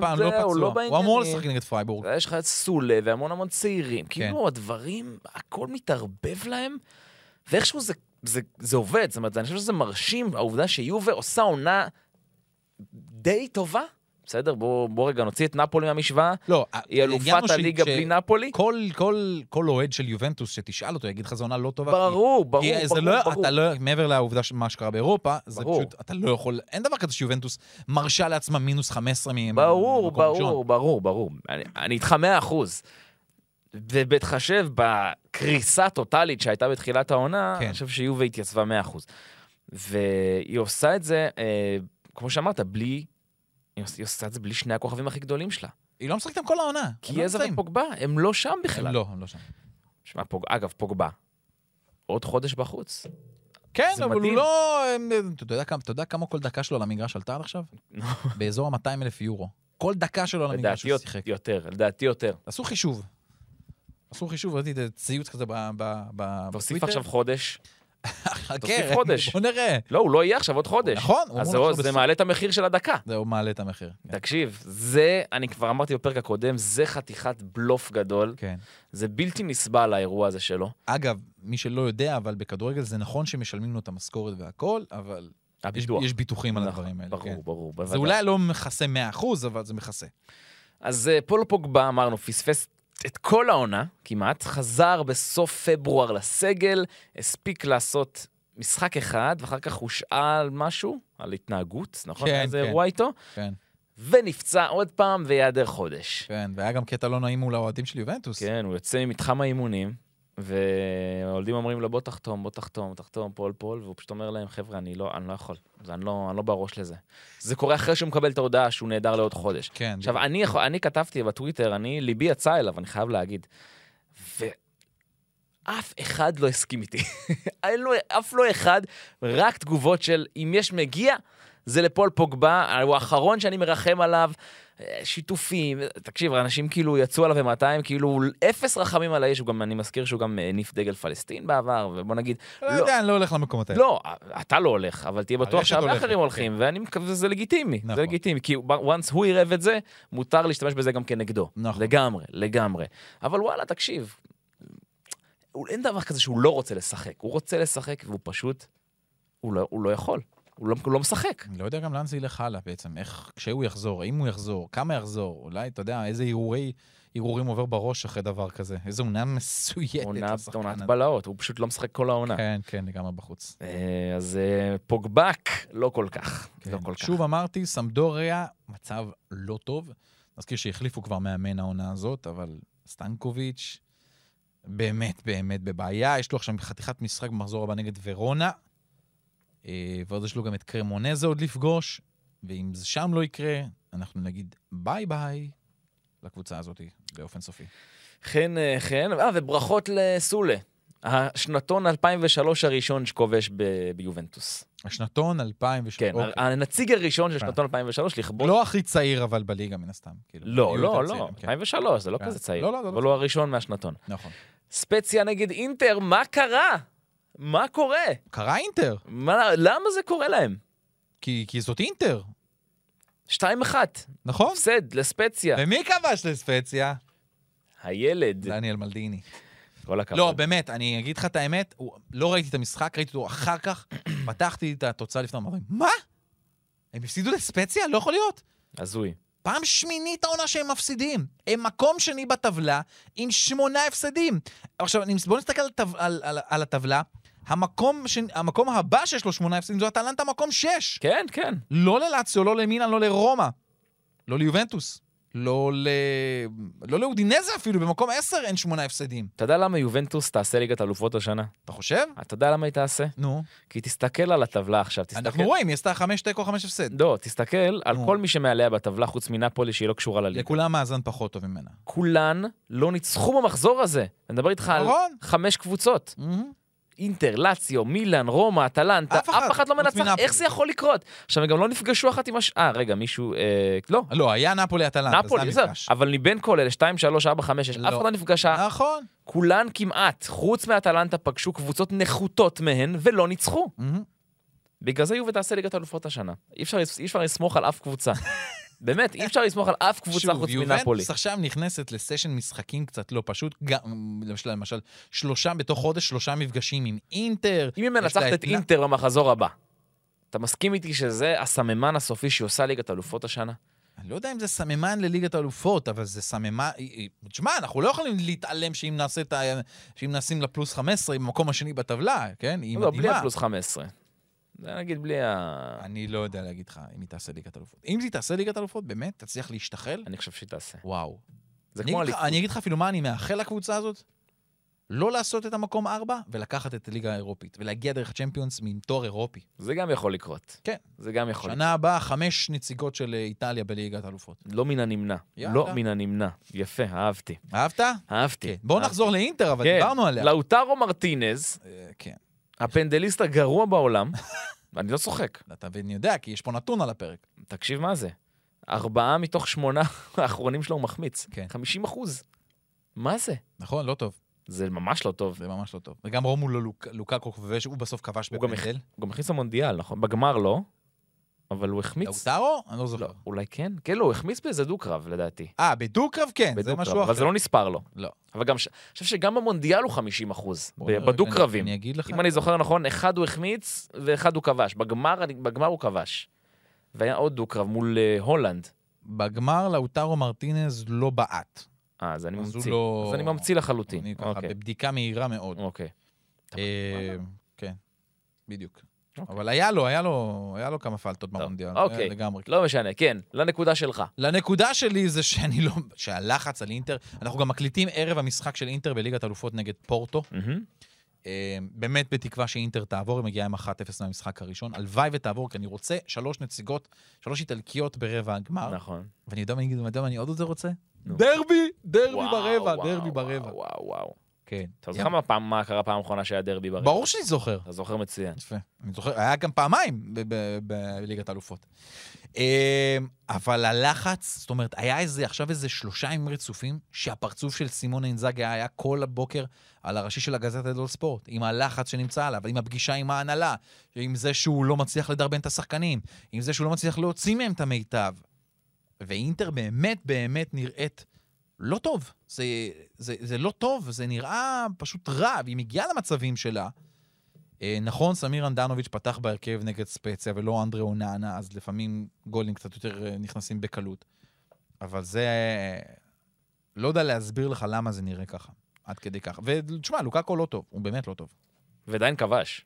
Speaker 4: פעם פצוע, פעם לא
Speaker 3: זהו,
Speaker 4: פצוע.
Speaker 3: לא
Speaker 4: הוא אמור
Speaker 3: בעניינים.
Speaker 4: לשחק נגד פרייבורג.
Speaker 3: יש לך את סולה והמון המון צעירים.
Speaker 4: כן.
Speaker 3: כאילו הדברים, הכל מתערבב להם, ואיכשהו זה, זה, זה עובד. זאת אומרת, אני חושב שזה מרשים, העובדה שיובה עושה עונה די טובה. בסדר, בוא, בוא רגע נוציא את נפולי מהמשוואה.
Speaker 4: לא,
Speaker 3: היא
Speaker 4: העניין הוא
Speaker 3: אלופת
Speaker 4: ש-
Speaker 3: הליגה
Speaker 4: ש-
Speaker 3: בלי נפולי.
Speaker 4: כל, כל, כל אוהד של יובנטוס שתשאל אותו יגיד לך זו עונה לא טובה.
Speaker 3: ברור, ברור,
Speaker 4: כי- כי זה
Speaker 3: ברור,
Speaker 4: לא,
Speaker 3: ברור.
Speaker 4: אתה לא, מעבר לעובדה של מה שקרה באירופה, זה
Speaker 3: ברור.
Speaker 4: פשוט, אתה לא יכול, אין דבר כזה שיובנטוס מרשה לעצמה מינוס 15 מ-
Speaker 3: ברור,
Speaker 4: ממקום ראשון.
Speaker 3: ברור, ברור, ברור. אני- אני איתך מאה אחוז. ובהתחשב בקריסה הטוטאלית שהייתה בתחילת העונה,
Speaker 4: כן.
Speaker 3: אני חושב שיובה התייצבה מאה אחוז. והיא עושה את זה אה, כמו שאמרת, בלי... היא עוש- היא עושה את זה בלי שני הכוכבים הכי גדולים שלה.
Speaker 4: היא לא משחקת עם כל העונה. הם לא
Speaker 3: קיאזה
Speaker 4: נמצאים.
Speaker 3: ופוגבה, הם לא שם
Speaker 4: הם
Speaker 3: בכלל.
Speaker 4: לא, הם לא שם.
Speaker 3: שמע, פוג... אגב, פוגבה. עוד חודש בחוץ.
Speaker 4: כן,
Speaker 3: זה
Speaker 4: אבל הוא
Speaker 3: מדהים.
Speaker 4: לא... הם- אתה יודע כמה- אתה יודע כמה כל דקה שלו על המגרש עלתה עד
Speaker 3: [LAUGHS]
Speaker 4: עכשיו? באזור ה-200 אלף יורו. כל דקה שלו על המגרש
Speaker 3: לדעתי
Speaker 4: הוא שיחק.
Speaker 3: יותר, לדעתי יותר.
Speaker 4: עשו חישוב. עשו חישוב, ראיתי את ציוץ כזה ב- ב- ב- בטוויטר.
Speaker 3: תוסיף עכשיו חודש.
Speaker 4: [LAUGHS] חכה,
Speaker 3: תוסיף חודש.
Speaker 4: בוא נראה.
Speaker 3: לא, הוא לא יהיה עכשיו עוד חודש.
Speaker 4: נכון, הוא
Speaker 3: אז
Speaker 4: אמור
Speaker 3: זה,
Speaker 4: לחשוב כן.
Speaker 3: עוד- זה כן.
Speaker 4: בסוף.
Speaker 3: מעלה את המחיר של הדקה.
Speaker 4: זה הוא מעלה את המחיר.
Speaker 3: תקשיב, זה, אני כבר אמרתי בפרק הקודם, זה חתיכת בלוף גדול.
Speaker 4: כן.
Speaker 3: זה בלתי נסבל האירוע הזה שלו.
Speaker 4: אגב, מי שלא יודע, אבל בכדורגל זה נכון שמשלמים לו את המשכורת והכל, אבל יש,
Speaker 3: הביטוח.
Speaker 4: יש ביטוחים על
Speaker 3: נכון,
Speaker 4: הדברים האלה.
Speaker 3: ברור,
Speaker 4: כן.
Speaker 3: ברור,
Speaker 4: זה
Speaker 3: בוודאי.
Speaker 4: אולי לא מכסה 100%, אבל זה מכסה.
Speaker 3: אז אה, פול פוגבה, אמרנו, פספס את כל העונה כמעט, חזר בסוף פברואר לסגל, הספיק לעשות משחק אחד, ואחר כך הושעה על משהו, על התנהגות, נכון?
Speaker 4: כן,
Speaker 3: היה איזה
Speaker 4: כן.
Speaker 3: אירוע איתו,
Speaker 4: כן,
Speaker 3: ונפצע עוד פעם והיעדר חודש.
Speaker 4: כן. והיה גם קטע לא נעים מול האוהדים של יובנטוס.
Speaker 3: כן, הוא יוצא ממתחם האימונים, והאוהדים אומרים לו, בוא תחתום, בוא תחתום, תחתום, פול פול, והוא פשוט אומר להם, חבר'ה, אני לא, אני לא יכול, זה, אני, לא, אני לא בראש לזה. זה קורה אחרי שהוא מקבל את ההודעה שהוא נעדר לעוד חודש.
Speaker 4: כן,
Speaker 3: עכשיו,
Speaker 4: בדיוק.
Speaker 3: אני, יכול- אני כתבתי בטוויטר, אני, ליבי יצא אליו, אני חייב להגיד. ואף אחד לא הסכים איתי. [LAUGHS] אין לו- אף לא אחד, רק תגובות של אם יש מגיע, זה לפול פוגבה, הוא האחרון שאני מרחם עליו, אה, שיתופים, תקשיב, אנשים כאילו יצאו עליו ב-200, כאילו אפס רחמים על האיש, הוא גם, אני מזכיר שהוא גם הניף דגל פלסטין בעבר, ובוא נגיד,
Speaker 4: לא יודע, אני לא הולך למקומות האלה.
Speaker 3: לא, אתה לא הולך, אבל תהיה בטוח
Speaker 4: הרשת
Speaker 3: שהרבה
Speaker 4: אה, הולכת, כן.
Speaker 3: אחרים הולכים, ואני מקווה, וזה לגיטימי,
Speaker 4: נכון.
Speaker 3: זה לגיטימי, כי once הוא עירב את זה, מותר להשתמש בזה גם כנגדו.
Speaker 4: נכון.
Speaker 3: לגמרי, לגמרי. אבל וואלה, תקשיב, הוא- אין דבר כזה שהוא לא רוצה לשחק, הוא רוצה לשחק והוא פשוט, הוא לא, הוא לא יכול, הוא לא, הוא לא משחק.
Speaker 4: אני לא יודע גם לאן זה ילך הלאה בעצם, איך, כשהוא יחזור, האם הוא יחזור, כמה יחזור, אולי, אתה יודע, איזה הרהורי, הרהורים עובר בראש אחרי דבר כזה. איזו עונה [LAUGHS] מסויטת.
Speaker 3: עונת
Speaker 4: לשחקן
Speaker 3: עונת
Speaker 4: הזה.
Speaker 3: בלהות, הוא פשוט לא משחק כל העונה.
Speaker 4: כן, כן, לגמרי בחוץ.
Speaker 3: אה, אז אה, פוגבק, לא כל כך,
Speaker 4: כן.
Speaker 3: לא כל כך.
Speaker 4: שוב אמרתי, סמדוריה, מצב לא טוב. נזכיר שהחליפו כבר מאמן העונה הזאת, אבל סטנקוביץ', באמת, באמת בבעיה. יש לו עכשיו חתיכת משחק במחזור הבא נגד ורונה, אה, ועוד יש לו גם את קרמונזה עוד לפגוש, ואם זה שם לא יקרה, אנחנו נגיד ביי ביי לקבוצה הזאת באופן סופי.
Speaker 3: חן, אה, חן, אה, וברכות לסולה. השנתון 2003 הראשון שכובש ב- ביובנטוס.
Speaker 4: השנתון 2003.
Speaker 3: כן,
Speaker 4: אוקיי.
Speaker 3: הנציג הראשון של
Speaker 4: אה.
Speaker 3: שנתון 2003 לכבוש...
Speaker 4: לא הכי צעיר אבל בליגה מן הסתם. כאילו,
Speaker 3: לא,
Speaker 4: היו
Speaker 3: לא,
Speaker 4: יותר
Speaker 3: לא,
Speaker 4: צעירים, כן.
Speaker 3: 2003, זה לא
Speaker 4: כן.
Speaker 3: כזה צעיר.
Speaker 4: לא, לא, זה לא
Speaker 3: אבל הוא הראשון מהשנתון.
Speaker 4: נכון.
Speaker 3: ספציה נגד אינטר, מה קרה? מה קורה?
Speaker 4: קרה אינטר,
Speaker 3: מה- למה זה קורה להם?
Speaker 4: כי כי זאת אינטר,
Speaker 3: 2-1,
Speaker 4: נכון?
Speaker 3: הפסד לספציה.
Speaker 4: ומי כבש לספציה?
Speaker 3: הילד,
Speaker 4: דניאל מלדיני.
Speaker 3: כל הכבוד.
Speaker 4: אה. לא, באמת, אני אגיד לך את האמת, הוא- לא ראיתי את המשחק, ראיתי אותו אחר כך, פתחתי את התוצאה לפני, אמרתי, מה? הם הפסידו לספציה? לא יכול להיות.
Speaker 3: הזוי.
Speaker 4: פעם שמינית העונה שהם מפסידים. הם מקום שני בטבלה עם שמונה הפסדים. עכשיו, אני- בואו נסתכל על, טב- על, על, על הטבלה. המקום, ש... המקום הבא שיש לו שמונה הפסדים זו אטלנטה מקום שש.
Speaker 3: כן, כן.
Speaker 4: לא ללאציו, לא למילאן, לא לרומא, לא ליובנטוס, לא, ל... לא לאודינזה אפילו, במקום 10 אין שמונה הפסדים.
Speaker 3: אתה יודע למה יובנטוס תעשה ליגת אלופות השנה?
Speaker 4: אתה חושב?
Speaker 3: אתה יודע למה היא תעשה?
Speaker 4: נו,
Speaker 3: כי תסתכל על הטבלה עכשיו, תסתכל.
Speaker 4: אנחנו רואים, היא עשתה 5 תיקו, 5 הפסד.
Speaker 3: לא, תסתכל על
Speaker 4: נו.
Speaker 3: כל מי שמעליה בטבלה חוץ מנפולי שהיא לא קשורה לליגה.
Speaker 4: לכולם מאזן פחות טוב ממנה.
Speaker 3: כולן לא ניצחו במחזור הזה. אני מדבר איתך על
Speaker 4: נכון.
Speaker 3: חמש קבוצות.
Speaker 4: מהמם.
Speaker 3: אינטר, לאציו, מילאן, רומא, אטלנטה,
Speaker 4: אף אחת,
Speaker 3: אף אחד לא
Speaker 4: חוץ
Speaker 3: מנצח,
Speaker 4: מנפולי.
Speaker 3: איך זה יכול לקרות? עכשיו, הם גם לא נפגשו אחת עם הש... אה, רגע, מישהו... אה, לא,
Speaker 4: לא, היה נפולי אטלנטה, זה
Speaker 3: נפולי, זהו.
Speaker 4: המפגש.
Speaker 3: אבל מבין כל אלה, 2, 3, 4, 5, 6,
Speaker 4: לא.
Speaker 3: אף אחד לא נפגשה.
Speaker 4: נכון.
Speaker 3: כולן כמעט, חוץ מאטלנטה, פגשו קבוצות נחותות מהן ולא ניצחו.
Speaker 4: מהמם.
Speaker 3: בגלל זה יובל תעשה ליגת אלופות השנה. אי אפשר, אי אפשר לסמוך על אף קבוצה. [LAUGHS] באמת, אי אפשר לסמוך על אף קבוצה חוץ מנפולי.
Speaker 4: יובנטוס עכשיו נכנסת לסשן משחקים קצת לא פשוט, גם- למשל, למשל, שלושה בתוך חודש, שלושה מפגשים עם אינטר.
Speaker 3: אם היא
Speaker 4: יש לה
Speaker 3: מנצחת את
Speaker 4: נ-
Speaker 3: אינטר במחזור הבא, אתה מסכים איתי שזה הסממן הסופי שהיא עושה ליגת אלופות השנה?
Speaker 4: אני לא יודע אם זה סממן לליגת אלופות, אבל זה סממן... היא- היא- תשמע, אנחנו לא יכולים להתעלם שאם נעשה את ה... שאם נשים לה פלוס 15, היא במקום השני בטבלה, כן? היא
Speaker 3: לא, בלי
Speaker 4: מדהימה.
Speaker 3: הפלוס 15. זה נגיד בלי ה...
Speaker 4: אני לא יודע להגיד לך אם היא תעשה ליגת אלופות. אם היא תעשה ליגת אלופות, באמת, תצליח להשתחל,
Speaker 3: אני חושב שהיא תעשה.
Speaker 4: וואו.
Speaker 3: זה
Speaker 4: אני לא-
Speaker 3: כמו
Speaker 4: אגיד לך-
Speaker 3: אליפות.
Speaker 4: אני אגיד לך אפילו מה אני מאחל לקבוצה הזאת. לא לעשות את המקום ארבע ולקחת את הליגה האירופית, ולהגיע דרך צ'מפיונס עם תואר אירופי.
Speaker 3: זה גם יכול לקרות.
Speaker 4: כן.
Speaker 3: זה גם יכול לקרות.
Speaker 4: שנה הבאה, חמש נציגות של אה, איטליה בליגת האלופות.
Speaker 3: לא מן הנמנע.
Speaker 4: יאללה.
Speaker 3: לא מן הנמנע. יפה, אהבתי.
Speaker 4: אהבת?
Speaker 3: אהבתי.
Speaker 4: כן. בואו
Speaker 3: אהבתי.
Speaker 4: נחזור לאינטר,
Speaker 3: כן.
Speaker 4: אבל דיברנו עליה.
Speaker 3: לאוטרו מרטינז,
Speaker 4: אה, כן.
Speaker 3: הפנדליסט הגרוע בעולם, [LAUGHS] ואני לא צוחק,
Speaker 4: אתה ואני יודע, כי יש פה נתון על הפרק.
Speaker 3: תקשיב מה זה. ארבעה מתוך שמונה [LAUGHS] האחרונים שלו הוא מחמיץ.
Speaker 4: כן.
Speaker 3: 50 אחוז. מה זה?
Speaker 4: נכון? לא טוב.
Speaker 3: זה ממש לא טוב.
Speaker 4: זה ממש לא טוב. וגם רומולו לוק- לוקקו, הוא בסוף כבש
Speaker 3: הוא גם
Speaker 4: בפנדל.
Speaker 3: הוא גם הכניס למונדיאל, נכון? בגמר לא, אבל הוא החמיץ.
Speaker 4: לאוטרו? אני לא זוכר.
Speaker 3: לא, אולי כן? כן, לא, הוא החמיץ באיזה דו-קרב, לדעתי.
Speaker 4: אה, בדו-קרב כן, זה
Speaker 3: בדו-קרב,
Speaker 4: משהו אחר.
Speaker 3: אבל זה לא נספר לו.
Speaker 4: לא.
Speaker 3: אבל גם, ש- אני חושב שגם במונדיאל הוא 50 אחוז,
Speaker 4: בוא נראה, כן.
Speaker 3: בדו-קרבים.
Speaker 4: אני אגיד לך.
Speaker 3: אם אני זוכר נכון, אחד הוא החמיץ ואחד הוא כבש. בגמר, אני- בגמר הוא כבש. והיה עוד דו-קרב מול אה, הולנד.
Speaker 4: בגמר לאוטרו מרטינז לא בעט.
Speaker 3: אה, אז אני
Speaker 4: אז הוא
Speaker 3: ממציא.
Speaker 4: לא-
Speaker 3: אז אני ממציא לחלוטין.
Speaker 4: אני ככה
Speaker 3: אוקיי.
Speaker 4: בבדיקה מהירה מאוד.
Speaker 3: אוקיי.
Speaker 4: אה, כן, בדיוק.
Speaker 3: אוקיי.
Speaker 4: אבל היה לו, היה לו, היה לו כמה פלטות במונדיאל.
Speaker 3: אוקיי.
Speaker 4: היה לגמרי.
Speaker 3: לא משנה, כן, לנקודה שלך.
Speaker 4: לנקודה שלי זה שאני לא... שהלחץ על אינטר, אנחנו גם מקליטים ערב המשחק של אינטר בליגת אלופות נגד פורטו.
Speaker 3: מהמם.
Speaker 4: אה, באמת בתקווה שאינטר תעבור, היא מגיעה עם 1-0 מהמשחק הראשון. הלוואי ותעבור, כי אני רוצה שלוש נציגות, שלוש איטלקיות ברבע הגמר.
Speaker 3: נכון.
Speaker 4: ואני יודע מה אני- אתה יודע מה אני עוד יותר רוצה?
Speaker 3: נו.
Speaker 4: דרבי! דרבי
Speaker 3: וואו,
Speaker 4: ברבע,
Speaker 3: וואו,
Speaker 4: דרבי
Speaker 3: וואו,
Speaker 4: ברבע.
Speaker 3: וואו, וואו.
Speaker 4: כן.
Speaker 3: אתה זוכר מה פעם- מה קרה פעם האחרונה שהיה דרבי ברבע?
Speaker 4: ברור שאני זוכר.
Speaker 3: אתה זוכר מצוין.
Speaker 4: יפה. אני זוכר, היה גם פעמיים ב- ב- בליגת האלופות. אמ, אבל הלחץ, זאת אומרת, היה איזה, עכשיו איזה שלושה ימים רצופים, שהפרצוף של סימון אינזאגי היה כל הבוקר על הראשי של הגזת הדול ספורט, עם הלחץ שנמצא עליו, עם הפגישה עם ההנהלה, עם זה שהוא לא מצליח לדרבן את השחקנים, עם זה שהוא לא מצליח להוציא מהם את המיטב. ואינטר באמת באמת נראית לא טוב. זה, זה, זה לא טוב, זה נראה פשוט רע, והיא מגיעה למצבים שלה. אה, נכון, סמיר אנדנוביץ' פתח בהרכב נגד ספציה ולא אנדרי אוננה, אז לפעמים גולים קצת יותר אה, נכנסים בקלות. אבל זה... לא יודע להסביר לך למה זה נראה ככה, עד כדי ככה. ותשמע, לוקקו לא טוב, הוא באמת לא טוב.
Speaker 3: ועדיין כבש.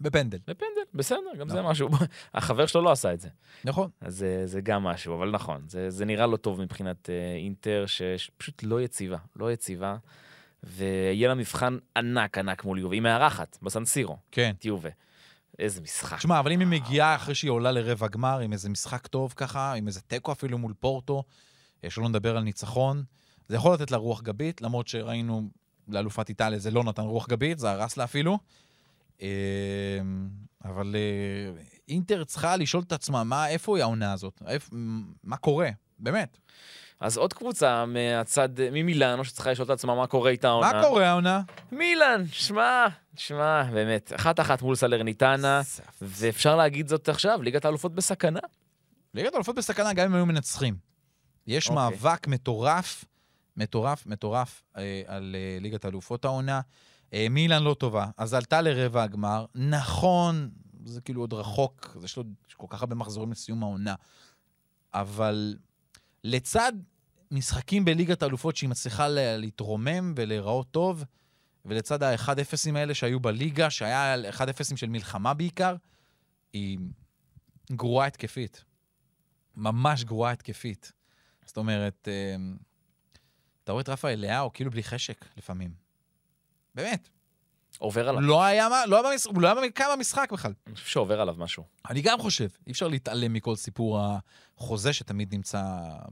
Speaker 4: בפנדל.
Speaker 3: בפנדל, בסדר, גם זה
Speaker 4: נכון.
Speaker 3: משהו. [LAUGHS] החבר שלו לא עשה את זה.
Speaker 4: נכון.
Speaker 3: אז זה- זה גם משהו, אבל נכון, זה, זה נראה לא טוב מבחינת אה, אינטר, שפשוט לא יציבה, לא יציבה, ויהיה לה מבחן ענק ענק מול יובה, היא מארחת בסנסירו,
Speaker 4: כן.
Speaker 3: את יובה. איזה משחק.
Speaker 4: תשמע, אבל אם היא מגיעה אחרי שהיא עולה לרבע גמר, עם איזה משחק טוב ככה, עם איזה תיקו אפילו מול פורטו, אה, שלא נדבר על ניצחון, זה יכול לתת לה רוח גבית, למרות שראינו לאלופת איטליה זה לא נתן רוח גבית, זה הרס לה אפילו. אה, אבל אה, אינטר צריכה לשאול את עצמה, מה, איפה היא העונה הזאת? איפ- מ- מה קורה? באמת.
Speaker 3: אז עוד קבוצה מהצד, אה, ממילאנו, שצריכה לשאול את עצמה מה קורה איתה העונה.
Speaker 4: מה קורה העונה?
Speaker 3: מילאן, שמע, שמע, באמת, אחת אחת מול סלרניטנה, ואפשר להגיד זאת עכשיו, ליגת האלופות בסכנה.
Speaker 4: ליגת האלופות בסכנה גם אם היו מנצחים. יש okay.
Speaker 3: אוקיי.
Speaker 4: מאבק מטורף, מטורף, מטורף אה, על אה, ליגת האלופות העונה. אה, מילאן לא טובה, אז עלתה לרבע הגמר. נכון, זה כאילו עוד רחוק, אז יש לו יש כל כך הרבה מחזורים לסיום העונה. אבל לצד משחקים בליגת האלופות שהיא מצליחה ל- להתרומם ולהיראות טוב, ולצד ה-1-0ים האלה שהיו בליגה, שהיה 1-0ים של מלחמה בעיקר, היא גרועה התקפית. ממש גרועה התקפית. זאת אומרת, אמ, אתה רואה את רפה אליהו כאילו בלי חשק לפעמים. באמת.
Speaker 3: עובר עליו,
Speaker 4: לא היה מה, לא היה במש- הוא לא היה במקרה במשחק בכלל.
Speaker 3: אני חושב שעובר עליו משהו.
Speaker 4: אני גם חושב, אי אפשר להתעלם מכל סיפור החוזה שתמיד נמצא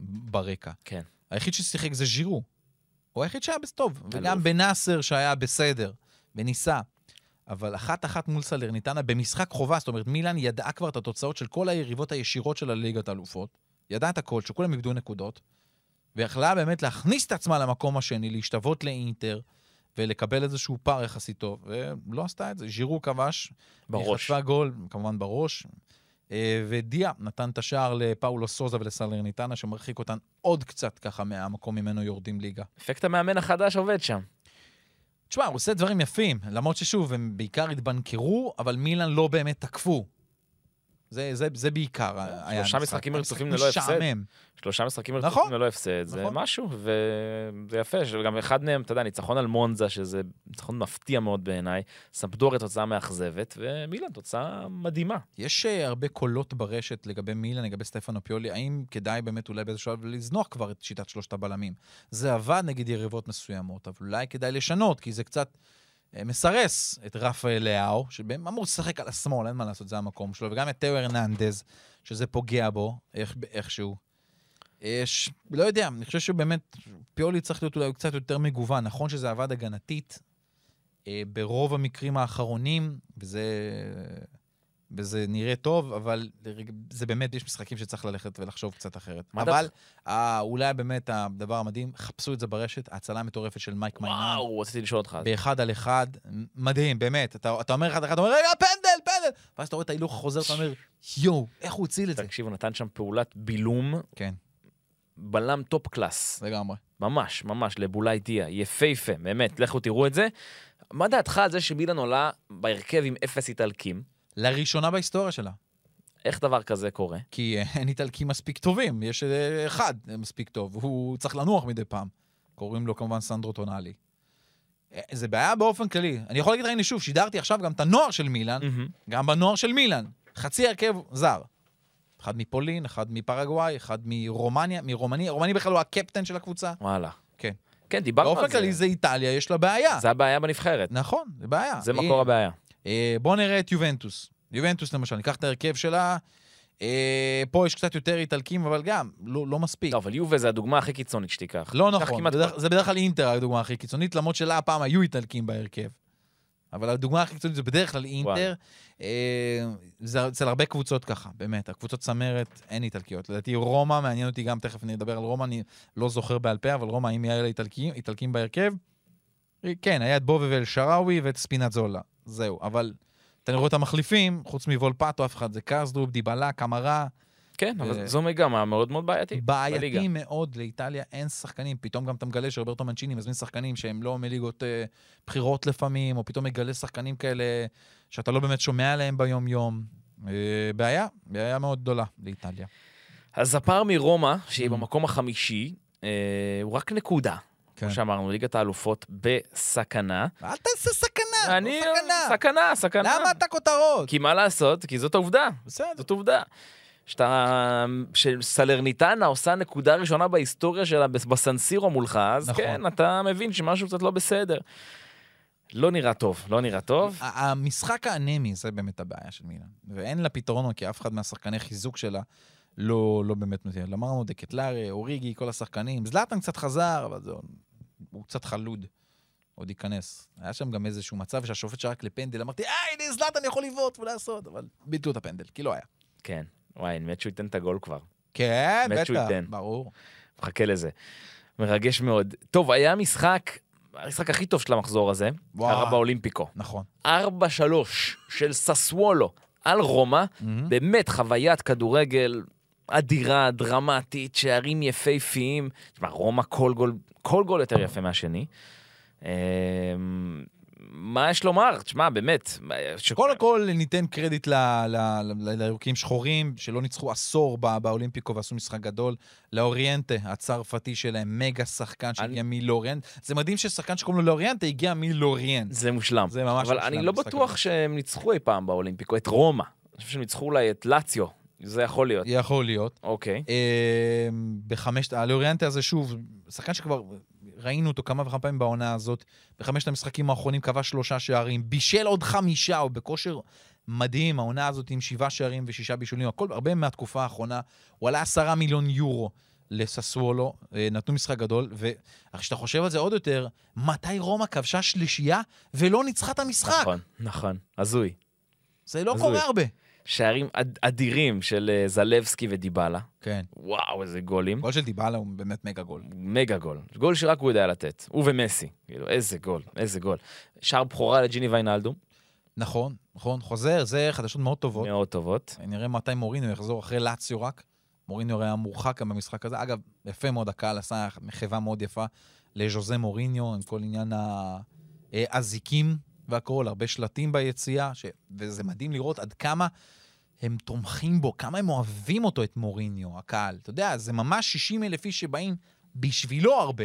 Speaker 4: ברקע.
Speaker 3: כן.
Speaker 4: היחיד ששיחק זה ז'ירו. הוא היחיד שהיה טוב, וגם
Speaker 3: אלוף.
Speaker 4: בנאסר שהיה בסדר, וניסה. אבל אחת-אחת מול סלרניטנה במשחק חובה, זאת אומרת, מילאן ידעה כבר את התוצאות של כל היריבות הישירות של הליגת האלופות, ידעה את הכל, שכולם איבדו נקודות, ויכלה באמת להכניס את עצמה למקום השני, להשתוות לאינטר, ולקבל איזשהו פער יחסית טוב, ולא עשתה את זה. ז'ירו כבש, היא
Speaker 3: בראש.
Speaker 4: חטפה גול, כמובן בראש. אה, ודיה נתן את השער לפאולו סוזה ולסלרניטנה, שמרחיק אותן עוד קצת ככה מהמקום ממנו יורדים ליגה.
Speaker 3: אפקט המאמן החדש עובד שם.
Speaker 4: תשמע, הוא עושה דברים יפים, למרות ששוב, הם בעיקר התבנקרו, אבל מילאן לא באמת תקפו. זה, זה, זה בעיקר היה
Speaker 3: שלושה
Speaker 4: המשחק.
Speaker 3: משחקים
Speaker 4: המשחק
Speaker 3: רצופים ללא הפסד.
Speaker 4: משעמם.
Speaker 3: שלושה משחקים
Speaker 4: נכון.
Speaker 3: רצופים ללא הפסד, זה
Speaker 4: נכון.
Speaker 3: משהו, וזה יפה, שגם אחד מהם, אתה יודע, ניצחון על מונזה, שזה ניצחון מפתיע מאוד בעיניי, סמפדוריה תוצאה מאכזבת, ומילן תוצאה מדהימה.
Speaker 4: יש אה, הרבה קולות ברשת לגבי מילן, לגבי סטפנו פיולי, האם כדאי באמת אולי באיזשהו שלב לזנוח כבר את שיטת שלושת הבלמים? זה עבד נגד יריבות מסוימות, אבל אולי כדאי לשנות, כי זה קצת אה, מסרס את רפה לאהו, שאמור לשחק על השמאל, אין מה לעשות, זה המקום שלו, וגם את תאו הרננדז, שזה פוגע בו איך, איכשהו. יש, לא יודע, אני חושב שבאמת פיולי צריך להיות אולי קצת יותר מגוון. נכון שזה עבד הגנתית אה, ברוב המקרים האחרונים, וזה, וזה נראה טוב, אבל לרג- זה באמת, יש משחקים שצריך ללכת ולחשוב קצת אחרת.
Speaker 3: מה אתה-
Speaker 4: אבל אה, אולי באמת הדבר המדהים, חפשו את זה ברשת, ההצלה המטורפת של מייק מיינן,
Speaker 3: וואו, רציתי לשאול אותך.
Speaker 4: באחד על אחד, מדהים, באמת. אתה, אתה אומר אחד על אחד, אתה אומר, רגע, פנדל, פנדל! ואז אתה רואה את ההילוך החוזר, אתה אומר, יואו, איך הוא הציל את זה?
Speaker 3: תקשיב, הוא נתן שם פעולת בילום,
Speaker 4: כן,
Speaker 3: בלם טופ קלאס.
Speaker 4: לגמרי.
Speaker 3: ממש, ממש, לבולאי דיה, יפהפה, באמת, לכו תראו את זה. מה דעתך על זה שמילן עולה בהרכב עם אפס איטלקים?
Speaker 4: לראשונה בהיסטוריה שלה.
Speaker 3: איך דבר כזה קורה?
Speaker 4: כי אה, אין איטלקים מספיק טובים, יש אה, אחד מספיק טוב, הוא צריך לנוח מדי פעם. קוראים לו כמובן סנדרו טונאלי. אה, זה בעיה באופן כללי. אני יכול להגיד לך, הנה שוב, שידרתי עכשיו גם את הנוער של מילאן,
Speaker 3: מהמם.
Speaker 4: גם בנוער של מילאן. חצי הרכב זר. אחד מפולין, אחד מפרגוואי, אחד מרומניה, מרומניה, רומניה בכלל הוא הקפטן של הקבוצה.
Speaker 3: וואלה.
Speaker 4: כן.
Speaker 3: כן, דיברנו על זה.
Speaker 4: באופן כללי זה איטליה, יש לה בעיה.
Speaker 3: זה הבעיה בנבחרת.
Speaker 4: נכון, זה בעיה.
Speaker 3: זה
Speaker 4: אה,
Speaker 3: מקור הבעיה.
Speaker 4: אה, בואו נראה את יובנטוס. יובנטוס למשל, ניקח את ההרכב שלה. אה, פה יש קצת יותר איטלקים, אבל גם, לא, לא מספיק.
Speaker 3: לא, אבל יובה זה הדוגמה הכי קיצונית שתיקח.
Speaker 4: לא
Speaker 3: תיקח
Speaker 4: נכון,
Speaker 3: כמעט-
Speaker 4: בדרך, זה בדרך כלל אינטר הדוגמה הכי קיצונית, למרות שלה הפעם היו איטלקים בהרכב. אבל הדוגמה הכי קיצונית זה בדרך כלל אינטר. אה, זה אצל הרבה קבוצות ככה, באמת. הקבוצות צמרת, אין איטלקיות. לדעתי רומא, מעניין אותי גם, תכף נדבר על רומא, אני לא זוכר בעל פה, אבל רומא, אם היה לה איטלקים, איטלקים בהרכב, אה, כן, היה את בובה ואל שראוי ואת ספינאצולה. זהו, אבל... אתה רואה את המחליפים, חוץ מוולפטו, אף אחד זה קרסדרופ, דיבלה, קמרה,
Speaker 3: כן, אבל
Speaker 4: אה,
Speaker 3: זו מגמה מאוד מאוד בעייתית. בליגה.
Speaker 4: בעייתי מאוד לאיטליה, אין שחקנים. פתאום גם אתה מגלה שרוברטו מנצ'יני מזמין שחקנים שהם לא מליגות אה, בחירות לפעמים, או פתאום מגלה שחקנים כאלה שאתה לא באמת שומע עליהם ביום-יום. אה, בעיה, בעיה מאוד גדולה לאיטליה.
Speaker 3: אז הפער מרומא, שהיא
Speaker 4: Mm.
Speaker 3: במקום החמישי, אה, הוא רק נקודה.
Speaker 4: כן.
Speaker 3: כמו שאמרנו, ליגת האלופות בסכנה.
Speaker 4: אל תעשה סכנה,
Speaker 3: אני...
Speaker 4: לא סכנה.
Speaker 3: סכנה, סכנה.
Speaker 4: למה אתה כותרות?
Speaker 3: כי מה לעשות? כי זאת העובדה.
Speaker 4: בסדר.
Speaker 3: זאת עובדה. שאתה... שסלרניטנה עושה נקודה ראשונה בהיסטוריה שלה בס- בסנסירו מולך, אז
Speaker 4: נכון.
Speaker 3: כן, אתה מבין שמשהו קצת לא בסדר. לא נראה טוב, לא נראה טוב.
Speaker 4: ה- המשחק האנמי, זה באמת הבעיה של מילן. ואין לה פתרון, כי אף אחד מהשחקני חיזוק שלה לא, לא באמת מתאים. אמרנו דקטלרי, אוריגי, כל השחקנים. זלאטן קצת חזר, אבל זה, הוא קצת חלוד. עוד ייכנס. היה שם גם איזשהו מצב שהשופט שרק לפנדל, אמרתי, אה, הנה זלאטן יכול לבעוט ולעשות, אבל ביטלו את הפנדל, כי לא היה.
Speaker 3: כן, וואי, אני מת שהוא ייתן את הגול כבר.
Speaker 4: כן,
Speaker 3: מת שהוא
Speaker 4: בטח,
Speaker 3: ייתן.
Speaker 4: ברור.
Speaker 3: מחכה לזה. מרגש מאוד. טוב, היה משחק, המשחק הכי טוב של המחזור הזה,
Speaker 4: וואי.
Speaker 3: היה באולימפיקו.
Speaker 4: נכון.
Speaker 3: 4-3 של ססוולו על רומא, באמת חוויית כדורגל אדירה, דרמטית, שערים יפהפיים. תשמע, רומא כל גול, כל גול יותר יפה מהשני. אמ, מה יש לומר? תשמע, באמת. ש-
Speaker 4: קודם כל ניתן קרדיט ל- ל- ל- לירוקים שחורים, שלא ניצחו עשור בא- באולימפיקו ועשו משחק גדול. לאוריינטה, הצרפתי שלהם, מגה שחקן שהגיע מלוריינט. זה מדהים ששחקן שקוראים לו לאוריינטה הגיע מלוריינט.
Speaker 3: זה מושלם.
Speaker 4: זה ממש
Speaker 3: אבל
Speaker 4: מושלם,
Speaker 3: אני לא
Speaker 4: משחק
Speaker 3: בטוח
Speaker 4: מדהים.
Speaker 3: שהם ניצחו אי פעם באולימפיקו, את רומא. אני חושב שהם ניצחו אולי את לאציו, זה יכול להיות.
Speaker 4: יכול להיות.
Speaker 3: אוקיי.
Speaker 4: אה, בחמשת, הלאוריינטה הזה שוב, שחקן שכבר ראינו אותו כמה וכמה פעמים בעונה הזאת, בחמשת המשחקים האחרונים כבש שלושה שערים, בישל עוד חמישה, הוא בכושר מדהים, העונה הזאת עם שבעה שערים ושישה בישולים, הכל הרבה מהתקופה האחרונה, הוא עלה עשרה מיליון יורו. לססוולו, אה, נתנו משחק גדול, וכשאתה חושב על זה עוד יותר, מתי רומא כבשה שלישייה ולא ניצחה את המשחק?
Speaker 3: נכון, נכון, הזוי.
Speaker 4: זה לא
Speaker 3: הזוי.
Speaker 4: קורה הרבה.
Speaker 3: שערים אד- אדירים של אה, זלבסקי ודיבאלה.
Speaker 4: כן.
Speaker 3: וואו, איזה גולים.
Speaker 4: גול של דיבאלה הוא באמת מגה גול.
Speaker 3: מגה גול. גול שרק הוא יודע לתת. הוא ומסי. כאילו, איזה גול, איזה גול. שער בכורה לג'יני ויינלדום,
Speaker 4: נכון, נכון, חוזר, זה חדשות מאוד טובות.
Speaker 3: מאוד טובות.
Speaker 4: נראה מתי מוריניו יחזור אחרי לאציו רק. מוריניו הרי היה מורחק גם במשחק הזה. אגב, יפה מאוד, הקהל עשה מחווה מאוד יפה לז'וזה מוריניו, עם כל עניין אה, האזיקים והכול, הרבה שלטים ביציאה, ש... וזה מדהים לראות עד כמה הם תומכים בו, כמה הם אוהבים אותו, את מוריניו, הקהל. אתה יודע, זה ממש 60 אלף איש שבאים בשבילו הרבה.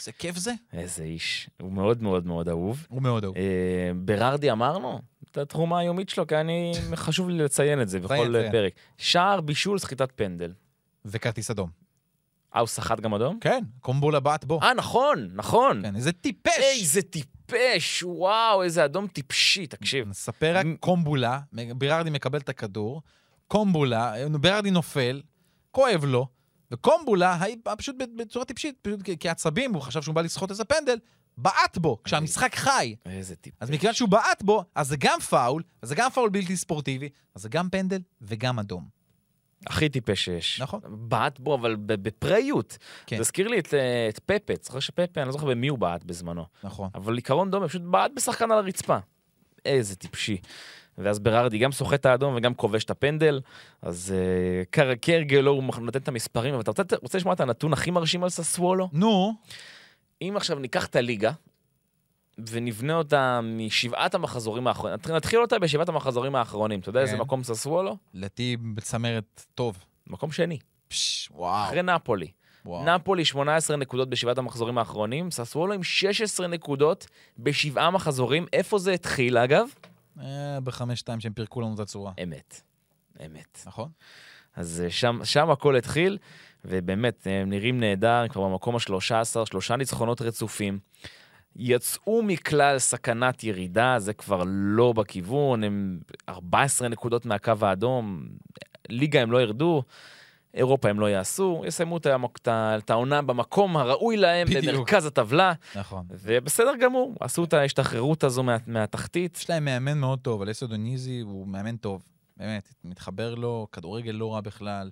Speaker 4: זה כיף זה?
Speaker 3: איזה איש, הוא מאוד מאוד מאוד אהוב.
Speaker 4: הוא מאוד אהוב.
Speaker 3: אה, ברארדי אמרנו את התרומה היומית שלו, כי אני, חשוב לי לציין את זה בכל
Speaker 4: ציין.
Speaker 3: פרק. שער, בישול, סחיטת פנדל.
Speaker 4: וכרטיס אדום.
Speaker 3: אה, הוא סחט גם אדום?
Speaker 4: כן, קומבולה בעט בו.
Speaker 3: אה, נכון, נכון.
Speaker 4: כן, איזה טיפש!
Speaker 3: איזה טיפש, וואו, איזה אדום טיפשי, תקשיב.
Speaker 4: נספר רק,
Speaker 3: מ-
Speaker 4: קומבולה, ביררדי מקבל את הכדור, קומבולה, ביררדי נופל, כואב לו, וקומבולה, הי- פשוט בצורה טיפשית, פשוט כ- כעצבים, הוא חשב שהוא בא לסחוט איזה פנדל, בעט בו, כשהמשחק חי.
Speaker 3: איזה טיפש.
Speaker 4: אז מכיוון שהוא בעט בו, אז זה גם פאול, אז זה גם פאול בלתי ספורטיבי, אז זה גם פנדל וגם אדום.
Speaker 3: הכי טיפש שיש.
Speaker 4: נכון.
Speaker 3: בעט בו, אבל ב- בפראיות.
Speaker 4: כן.
Speaker 3: כן. תזכיר לי את, אה, את פפה, זוכר שפפה, אני לא זוכר במי הוא בעט בזמנו.
Speaker 4: נכון.
Speaker 3: אבל עיקרון דומה, פשוט בעט בשחקן על הרצפה. איזה טיפשי. ואז ברארדי גם סוחט את האדום וגם כובש את הפנדל, אז אה, כר- כהרגלו הוא מח- נותן את המספרים, אבל אתה רוצה, רוצה לשמוע את הנתון הכי מרשים על ססוולו?
Speaker 4: נו,
Speaker 3: אם עכשיו ניקח את הליגה, ונבנה אותה משבעת המחזורים האחרונים, נת- נתחיל אותה בשבעת המחזורים האחרונים, אתה יודע איזה
Speaker 4: כן.
Speaker 3: מקום ססוולו?
Speaker 4: לדעתי בצמרת טוב.
Speaker 3: מקום שני,
Speaker 4: פש, וואו.
Speaker 3: אחרי נפולי.
Speaker 4: וואו.
Speaker 3: נפולי 18 נקודות בשבעת המחזורים האחרונים, ססוולו עם 16 נקודות בשבעה מחזורים. איפה זה התחיל אגב?
Speaker 4: אה, בחמש-שתיים שהם פירקו לנו את הצורה.
Speaker 3: אמת. אמת.
Speaker 4: נכון?
Speaker 3: אז אה, שם, שם הכל התחיל, ובאמת, אה, הם נראים נהדר, הם כבר במקום ה-13, שלושה ניצחונות רצופים. יצאו מכלל סכנת ירידה, זה כבר לא בכיוון, הם 14 נקודות מהקו האדום, ליגה הם לא ירדו, אירופה הם לא יעשו, יסיימו את המק- את ה- את העונה במקום הראוי להם,
Speaker 4: בדיוק.
Speaker 3: במרכז הטבלה,
Speaker 4: נכון.
Speaker 3: ובסדר גמור, עשו את ההשתחררות הזו מה, מהתחתית.
Speaker 4: יש להם מאמן מאוד טוב, אלסו דוניזי הוא מאמן טוב, באמת, מתחבר לו, כדורגל לא רע בכלל.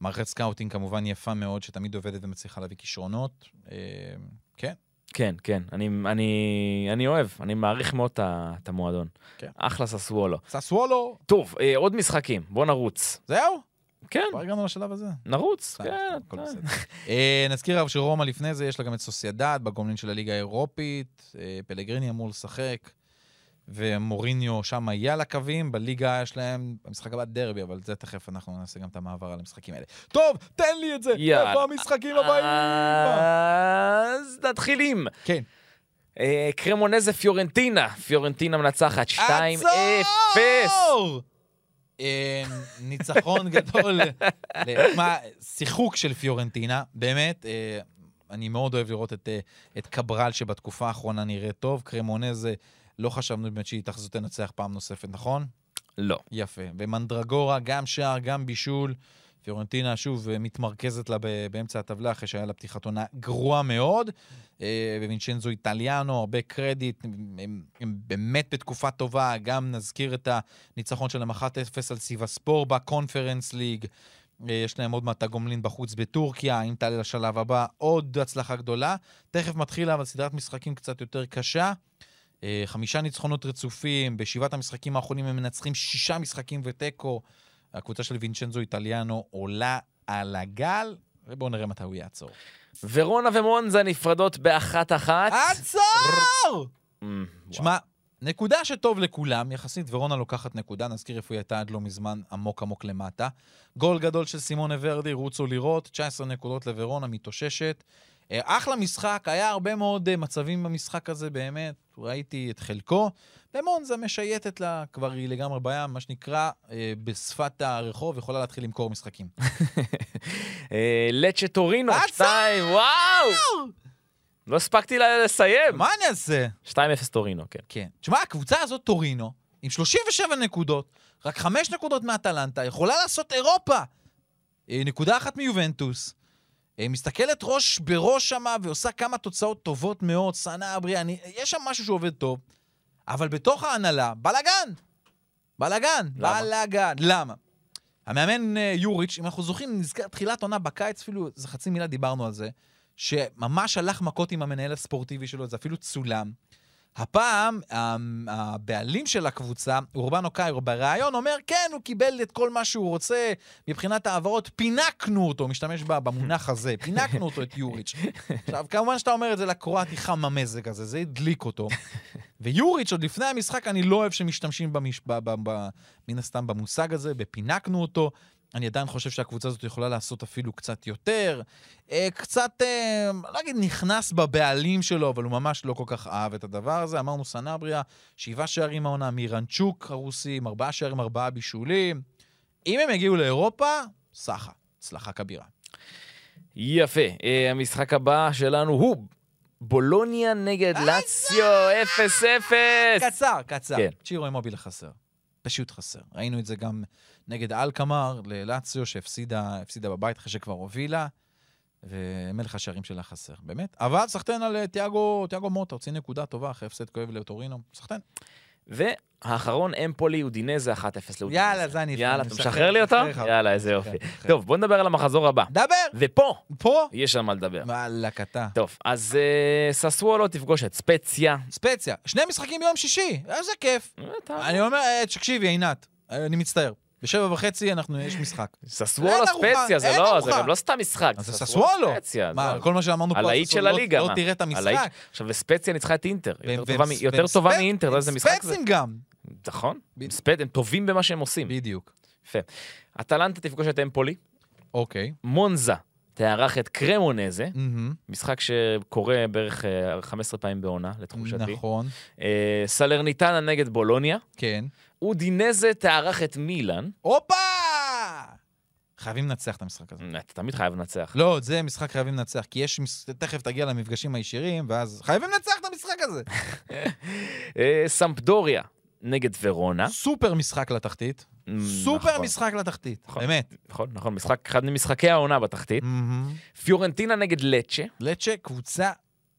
Speaker 4: מערכת סקאוטינג כמובן יפה מאוד, שתמיד עובדת ומצליחה להביא כישרונות. אה, כן,
Speaker 3: כן, כן, אני, אני, אני אוהב, אני מעריך מאוד את ה- את המועדון.
Speaker 4: כן.
Speaker 3: אחלה ססוולו.
Speaker 4: ססוולו,
Speaker 3: טוב, אה, עוד משחקים, בוא נרוץ.
Speaker 4: זהו,
Speaker 3: כן,
Speaker 4: כבר הגענו לשלב הזה.
Speaker 3: נרוץ,
Speaker 4: סתם,
Speaker 3: כן.
Speaker 4: הכל
Speaker 3: אה,
Speaker 4: בסדר. אה, נזכיר אבל שרומא לפני זה, יש לה גם את סוסיידד בגומלין של הליגה האירופית, אה, פלגריני אמור לשחק, ומוריניו שם היה על הקווים, בליגה יש להם, במשחק הבא דרבי, אבל זה תכף אנחנו נעשה גם את המעבר על המשחקים האלה. טוב, תן לי את זה,
Speaker 3: יאללה. אה.
Speaker 4: איפה המשחקים הבאים?
Speaker 3: אז נתחיל עם
Speaker 4: כן.
Speaker 3: אה, קרמונזה פיורנטינה, פיורנטינה מנצחת 2-0.
Speaker 4: עצור! אה, ניצחון גדול. ל- מה, שיחוק של פיורנטינה, באמת. אה, אני מאוד אוהב לראות את, אה, את קברל, שבתקופה האחרונה נראה טוב. קרמונזה, לא חשבנו באמת שהיא תחזות תנצח פעם נוספת, נכון?
Speaker 3: לא.
Speaker 4: יפה. ומנדרגורה, גם שער, גם בישול. פיורנטינה שוב אה, מתמרכזת לה ב- באמצע הטבלה, אחרי שהיה לה פתיחת עונה גרועה מאוד. אה, ווינצ'נזו איטליאנו, הרבה קרדיט, הם, הם, הם באמת בתקופה טובה. גם נזכיר את הניצחון שלהם 1-0 על סיבספור בקונפרנס ליג. אה, יש להם עוד מעט הגומלין בחוץ בטורקיה, אם תעלה לשלב הבא, עוד הצלחה גדולה. תכף מתחילה אבל סדרת משחקים קצת יותר קשה. אה, חמישה ניצחונות רצופים, בשבעת המשחקים האחרונים הם מנצחים שישה משחקים ותיקו. הקבוצה של וינצ'נזו איטליאנו עולה על הגל, ובואו נראה מתי הוא יעצור.
Speaker 3: ורונה ומונזה נפרדות באחת-אחת.
Speaker 4: עצור!
Speaker 3: אמ, וואו.
Speaker 4: שמע, נקודה שטוב לכולם, יחסית ורונה לוקחת נקודה, נזכיר איפה היא הייתה עד לא מזמן, עמוק עמוק למטה. גול גדול של סימונה ורדי, רוצו לראות, 19 נקודות לוורונה, מתאוששת. אה, אחלה משחק, היה הרבה מאוד אה, מצבים במשחק הזה, באמת, ראיתי את חלקו. ומונזה משייטת לה, כבר היא לגמרי בים, מה שנקרא, אה, בשפת הרחוב, יכולה להתחיל למכור משחקים.
Speaker 3: אה, לצ'ה טורינו,
Speaker 4: עצור!
Speaker 3: 2, וואו! לא הספקתי ל- לסיים.
Speaker 4: מה אני אעשה?
Speaker 3: 2-0 טורינו, כן.
Speaker 4: כן. תשמע, הקבוצה הזאת, טורינו, עם 37 נקודות, רק 5 נקודות מאטלנטה, יכולה לעשות אירופה. אה, נקודה אחת מיובנטוס. אה, מסתכלת ראש בראש שמה ועושה כמה תוצאות טובות מאוד, סנה אברי, אני- יש שם משהו שעובד טוב, אבל בתוך ההנהלה, בלאגן. בלאגן.
Speaker 3: למה?
Speaker 4: בלאגן. למה? המאמן אה, יוריץ', אם אנחנו זוכרים, נזכר תחילת עונה בקיץ, אפילו איזה חצי מילה דיברנו על זה, שממש הלך מכות עם המנהל הספורטיבי שלו, זה אפילו צולם. הפעם, ה- הבעלים של הקבוצה, אורבנו קיירו, בריאיון אומר, כן, הוא קיבל את כל מה שהוא רוצה מבחינת העברות, פינקנו אותו, משתמש ב- במונח הזה, פינקנו אותו, את יוריץ'. עכשיו, כמובן שאתה אומר את זה לקרואטי חם המזג הזה, זה הדליק אותו. ויוריץ' עוד לפני המשחק, אני לא אוהב שמשתמשים במש... ב... ב... ב... מן הסתם במושג הזה, ופינקנו אותו. אני עדיין חושב שהקבוצה הזאת יכולה לעשות אפילו קצת יותר. אה, קצת, אה, לא אגיד נכנס בבעלים שלו, אבל הוא ממש לא כל כך אהב את הדבר הזה. אמרנו סנבריה, שבעה שערים העונה מירנצ'וק הרוסי, עם ארבעה שערים, ארבעה בישולים. אם הם יגיעו לאירופה, סחה, הצלחה כבירה.
Speaker 3: יפה. אה, המשחק הבא שלנו הוא בולוניה נגד לאציו 0-0.
Speaker 4: קצר, קצר.
Speaker 3: כן.
Speaker 4: כן. צ'ירו אימובילה חסר. פשוט חסר. ראינו את זה גם נגד אלקמר ללאציו, שהפסידה הפסידה בבית אחרי שכבר הובילה, ומלך השערים שלה חסר, באמת. אבל סחטיין על אה, תיאגו, תיאגו מוטה, הוציא נקודה טובה אחרי הפסד כואב לטורינו. סחטיין.
Speaker 3: והאחרון אמפולי אודינזה 1-0 לאודינזה.
Speaker 4: יאללה, זה אני-
Speaker 3: יאללה,
Speaker 4: אני
Speaker 3: אתה
Speaker 4: משחרר,
Speaker 3: משחרר לי אותה?
Speaker 4: משחרר לך.
Speaker 3: יאללה, איזה יופי.
Speaker 4: משחרר.
Speaker 3: טוב, בוא נדבר על המחזור הבא.
Speaker 4: דבר!
Speaker 3: ופה
Speaker 4: פה?
Speaker 3: יש על מה לדבר.
Speaker 4: וואלכ אתה.
Speaker 3: טוב, אז אה, ססוולו תפגוש את ספציה.
Speaker 4: ספציה, שני משחקים ביום שישי, איזה כיף.
Speaker 3: אה, אתה-
Speaker 4: אני אומר, אה, תקשיבי, עינת, אה, אני מצטער. בשבע וחצי אנחנו, יש משחק.
Speaker 3: ססוולו
Speaker 4: אין ארוחה,
Speaker 3: ספציה, זה
Speaker 4: אין
Speaker 3: לא, זה
Speaker 4: ארוחה.
Speaker 3: גם לא סתם משחק.
Speaker 4: אז זה ססוולו.
Speaker 3: ספציה.
Speaker 4: מה,
Speaker 3: זה-
Speaker 4: כל מה שאמרנו פה, על
Speaker 3: הלהיט של
Speaker 4: ססוולו,
Speaker 3: הליגה.
Speaker 4: לא
Speaker 3: מה?
Speaker 4: תראה את
Speaker 3: הלהיט-
Speaker 4: המשחק.
Speaker 3: עכשיו, וספציה ניצחה את אינטר.
Speaker 4: והם-
Speaker 3: יותר
Speaker 4: והם-
Speaker 3: טובה מ- יותר
Speaker 4: והם
Speaker 3: טובה
Speaker 4: ספ-
Speaker 3: מאינטר, לא
Speaker 4: הם
Speaker 3: איזה משחק זה.
Speaker 4: ספצים גם.
Speaker 3: נכון.
Speaker 4: ב-
Speaker 3: ספט, הם טובים במה שהם עושים.
Speaker 4: בדיוק.
Speaker 3: יפה. אטלנטה תפגוש את אמפולי.
Speaker 4: אוקיי.
Speaker 3: מונזה תארח את קרמונזה.
Speaker 4: מהמם.
Speaker 3: משחק שקורה בערך אה, 15 פעמים בעונה, לתחושתי.
Speaker 4: נכון,
Speaker 3: אה, סלרניטנה נגד בולוניה.
Speaker 4: כן.
Speaker 3: אודינזה תארח את מילאן.
Speaker 4: הופה! חייבים לנצח את המשחק הזה.
Speaker 3: אה, אתה תמיד חייב לנצח.
Speaker 4: לא, זה משחק חייבים לנצח, כי יש, מש- תכף תגיע למפגשים הישירים, ואז חייבים לנצח את המשחק הזה.
Speaker 3: אה, סמפדוריה נגד ורונה.
Speaker 4: סופר משחק לתחתית. סופר
Speaker 3: אה? Mm, נכון.
Speaker 4: משחק לתחתית,
Speaker 3: נכון.
Speaker 4: באמת.
Speaker 3: נכון, נכון, משחק, אחד ממשחקי העונה בתחתית.
Speaker 4: מהמם.
Speaker 3: פיורנטינה נגד לצ'ה,
Speaker 4: לצ'ה, קבוצה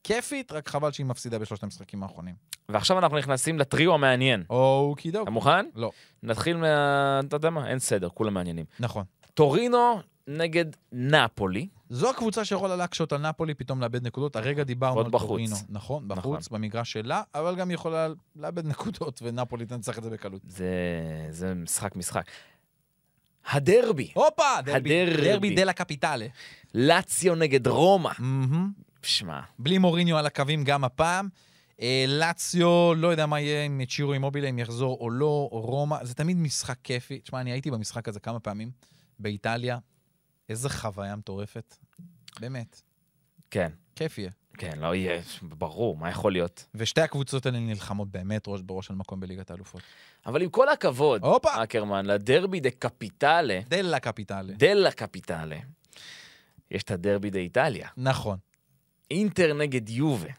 Speaker 4: כיפית, רק חבל שהיא מפסידה בשלושת המשחקים האחרונים.
Speaker 3: ועכשיו אנחנו נכנסים לטריו המעניין.
Speaker 4: אוקי
Speaker 3: אתה
Speaker 4: דוק.
Speaker 3: מוכן?
Speaker 4: לא.
Speaker 3: נתחיל מה... אתה יודע מה? אין סדר, כולם מעניינים.
Speaker 4: נכון.
Speaker 3: טורינו נגד נפולי.
Speaker 4: זו הקבוצה שיכולה להקשות על נפולי, פתאום לאבד נקודות. הרגע דיברנו
Speaker 3: עוד
Speaker 4: על
Speaker 3: בחוץ.
Speaker 4: טורינו. נכון, בחוץ, במגרש שלה, אבל גם יכולה לאבד נקודות, ונפולי תנצח את זה בקלות.
Speaker 3: זה, זה משחק משחק. הדרבי,
Speaker 4: הופה!
Speaker 3: כן. הדרבי.
Speaker 4: דרבי דה לה קפיטלה.
Speaker 3: לאציו נגד רומא.
Speaker 4: מהמם.
Speaker 3: שמע,
Speaker 4: בלי מוריניו על הקווים גם הפעם. אה, לאציו, לא יודע מה יהיה עם צ'ירו אימובילה, אם יחזור או לא, או רומא, זה תמיד משחק כיפי. תשמע, אני הייתי במשחק הזה כמה פעמים, באיטליה. איזה חוויה מטורפת. באמת,
Speaker 3: כן,
Speaker 4: כיף יהיה.
Speaker 3: כן, לא יהיה, ברור, מה יכול להיות?
Speaker 4: ושתי הקבוצות האלה נלחמות באמת ראש בראש על מקום בליגת האלופות.
Speaker 3: אבל עם כל הכבוד,
Speaker 4: הופה.
Speaker 3: אקרמן, לדרבי דה קפיטלה,
Speaker 4: דלה קפיטלה.
Speaker 3: דלה קפיטלה, יש את הדרבי דה איטליה.
Speaker 4: נכון.
Speaker 3: אינטר נגד יובה.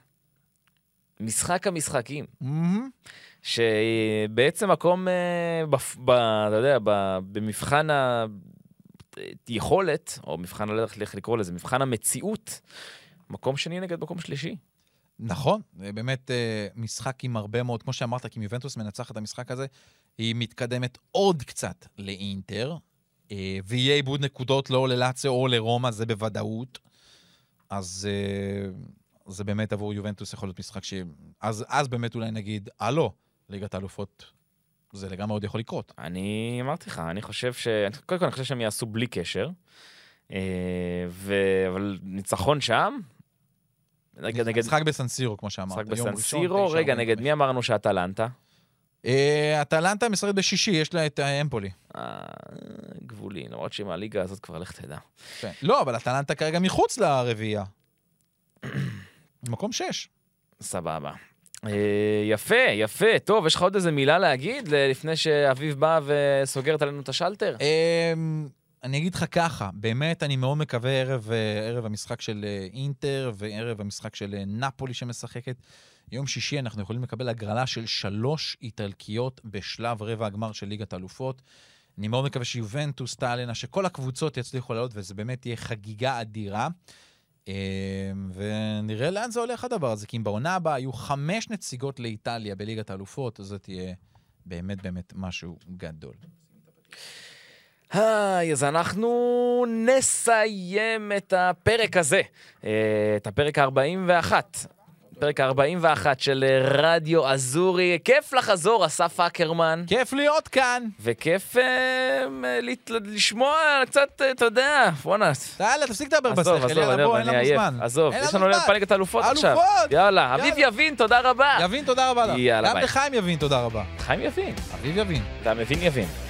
Speaker 3: משחק המשחקים,
Speaker 4: מהמם.
Speaker 3: שבעצם מקום, אה, בפ- ב- אתה יודע, ב- במבחן היכולת, או מבחן, לא יודע איך לקרוא לזה, מבחן המציאות, מקום שני נגד מקום שלישי.
Speaker 4: נכון, זה באמת אה, משחק עם הרבה מאוד, כמו שאמרת, כי אם יובנטוס מנצחת את המשחק הזה, היא מתקדמת עוד קצת לאינטר, אה, ויהיה עיבוד נקודות לא ללאציו או לרומא, זה בוודאות. אז אה, זה באמת עבור יובנטוס יכול להיות משחק ש... אז, אז באמת אולי נגיד, הלו, ליגת האלופות, זה לגמרי עוד יכול לקרות.
Speaker 3: אני אמרתי לך, אני חושב ש... קודם כל, אני חושב שהם יעשו בלי קשר, אה, ו... אבל ניצחון שם? נגד, נגד...
Speaker 4: משחק בסנסירו, כמו שאמרת.
Speaker 3: משחק
Speaker 4: יום ראשון,
Speaker 3: בסנסירו, רגע,
Speaker 4: 9:45.
Speaker 3: נגד מי אמרנו שאטלנטה?
Speaker 4: אה, אטלנטה משחקת בשישי, יש לה את אה, אמפולי.
Speaker 3: אה, גבולי, למרות שעם הליגה הזאת כבר לך תדע.
Speaker 4: כן. לא, אבל אטלנטה כרגע מחוץ לרביעייה. [CLEARS THROAT] מקום שש.
Speaker 3: סבבה. אה, יפה, יפה. טוב, יש לך עוד איזה מילה להגיד ל- לפני שאביב בא וסוגרת עלינו את השלטר?
Speaker 4: אמ, אני אגיד לך ככה, באמת אני מאוד מקווה ערב, אה, ערב המשחק של אה, אינטר וערב המשחק של אה, נפולי שמשחקת. יום שישי אנחנו יכולים לקבל הגרלה של שלוש איטלקיות בשלב רבע הגמר של ליגת אלופות. אני מאוד מקווה שיובנטוס תעלנה, שכל הקבוצות יצליחו לעלות, וזה באמת יהיה חגיגה אדירה. אמ, ונראה לאן זה הולך הדבר הזה, כי אם בעונה הבאה יהיו חמש נציגות לאיטליה בליגת האלופות, אז זה תהיה באמת באמת משהו גדול.
Speaker 3: היי, אז אנחנו נסיים את הפרק הזה, אה, את הפרק ה-41 פרק 41 של אה, רדיו אזורי. כיף לחזור, אסף אקרמן.
Speaker 4: כיף להיות כאן.
Speaker 3: וכיף אה, אה, לת- לשמוע קצת, אה, אתה יודע, בואנה.
Speaker 4: יאללה, תפסיק לדבר בשכל,
Speaker 3: עזוב, עזוב,
Speaker 4: יאללה,
Speaker 3: עזוב,
Speaker 4: בוא, אין
Speaker 3: אני
Speaker 4: לנו
Speaker 3: עייף.
Speaker 4: זמן.
Speaker 3: עזוב,
Speaker 4: אין
Speaker 3: יש
Speaker 4: לנו
Speaker 3: לנו
Speaker 4: זמן.
Speaker 3: פרק התעלופות עכשיו.
Speaker 4: אלופות!
Speaker 3: יאללה, אביב יבין, תודה רבה.
Speaker 4: יבין, תודה רבה לך.
Speaker 3: יאללה,
Speaker 4: גם
Speaker 3: ביי.
Speaker 4: לחיים יבין, תודה רבה.
Speaker 3: חיים יבין,
Speaker 4: אביב יבין.
Speaker 3: אתה מבין יבין.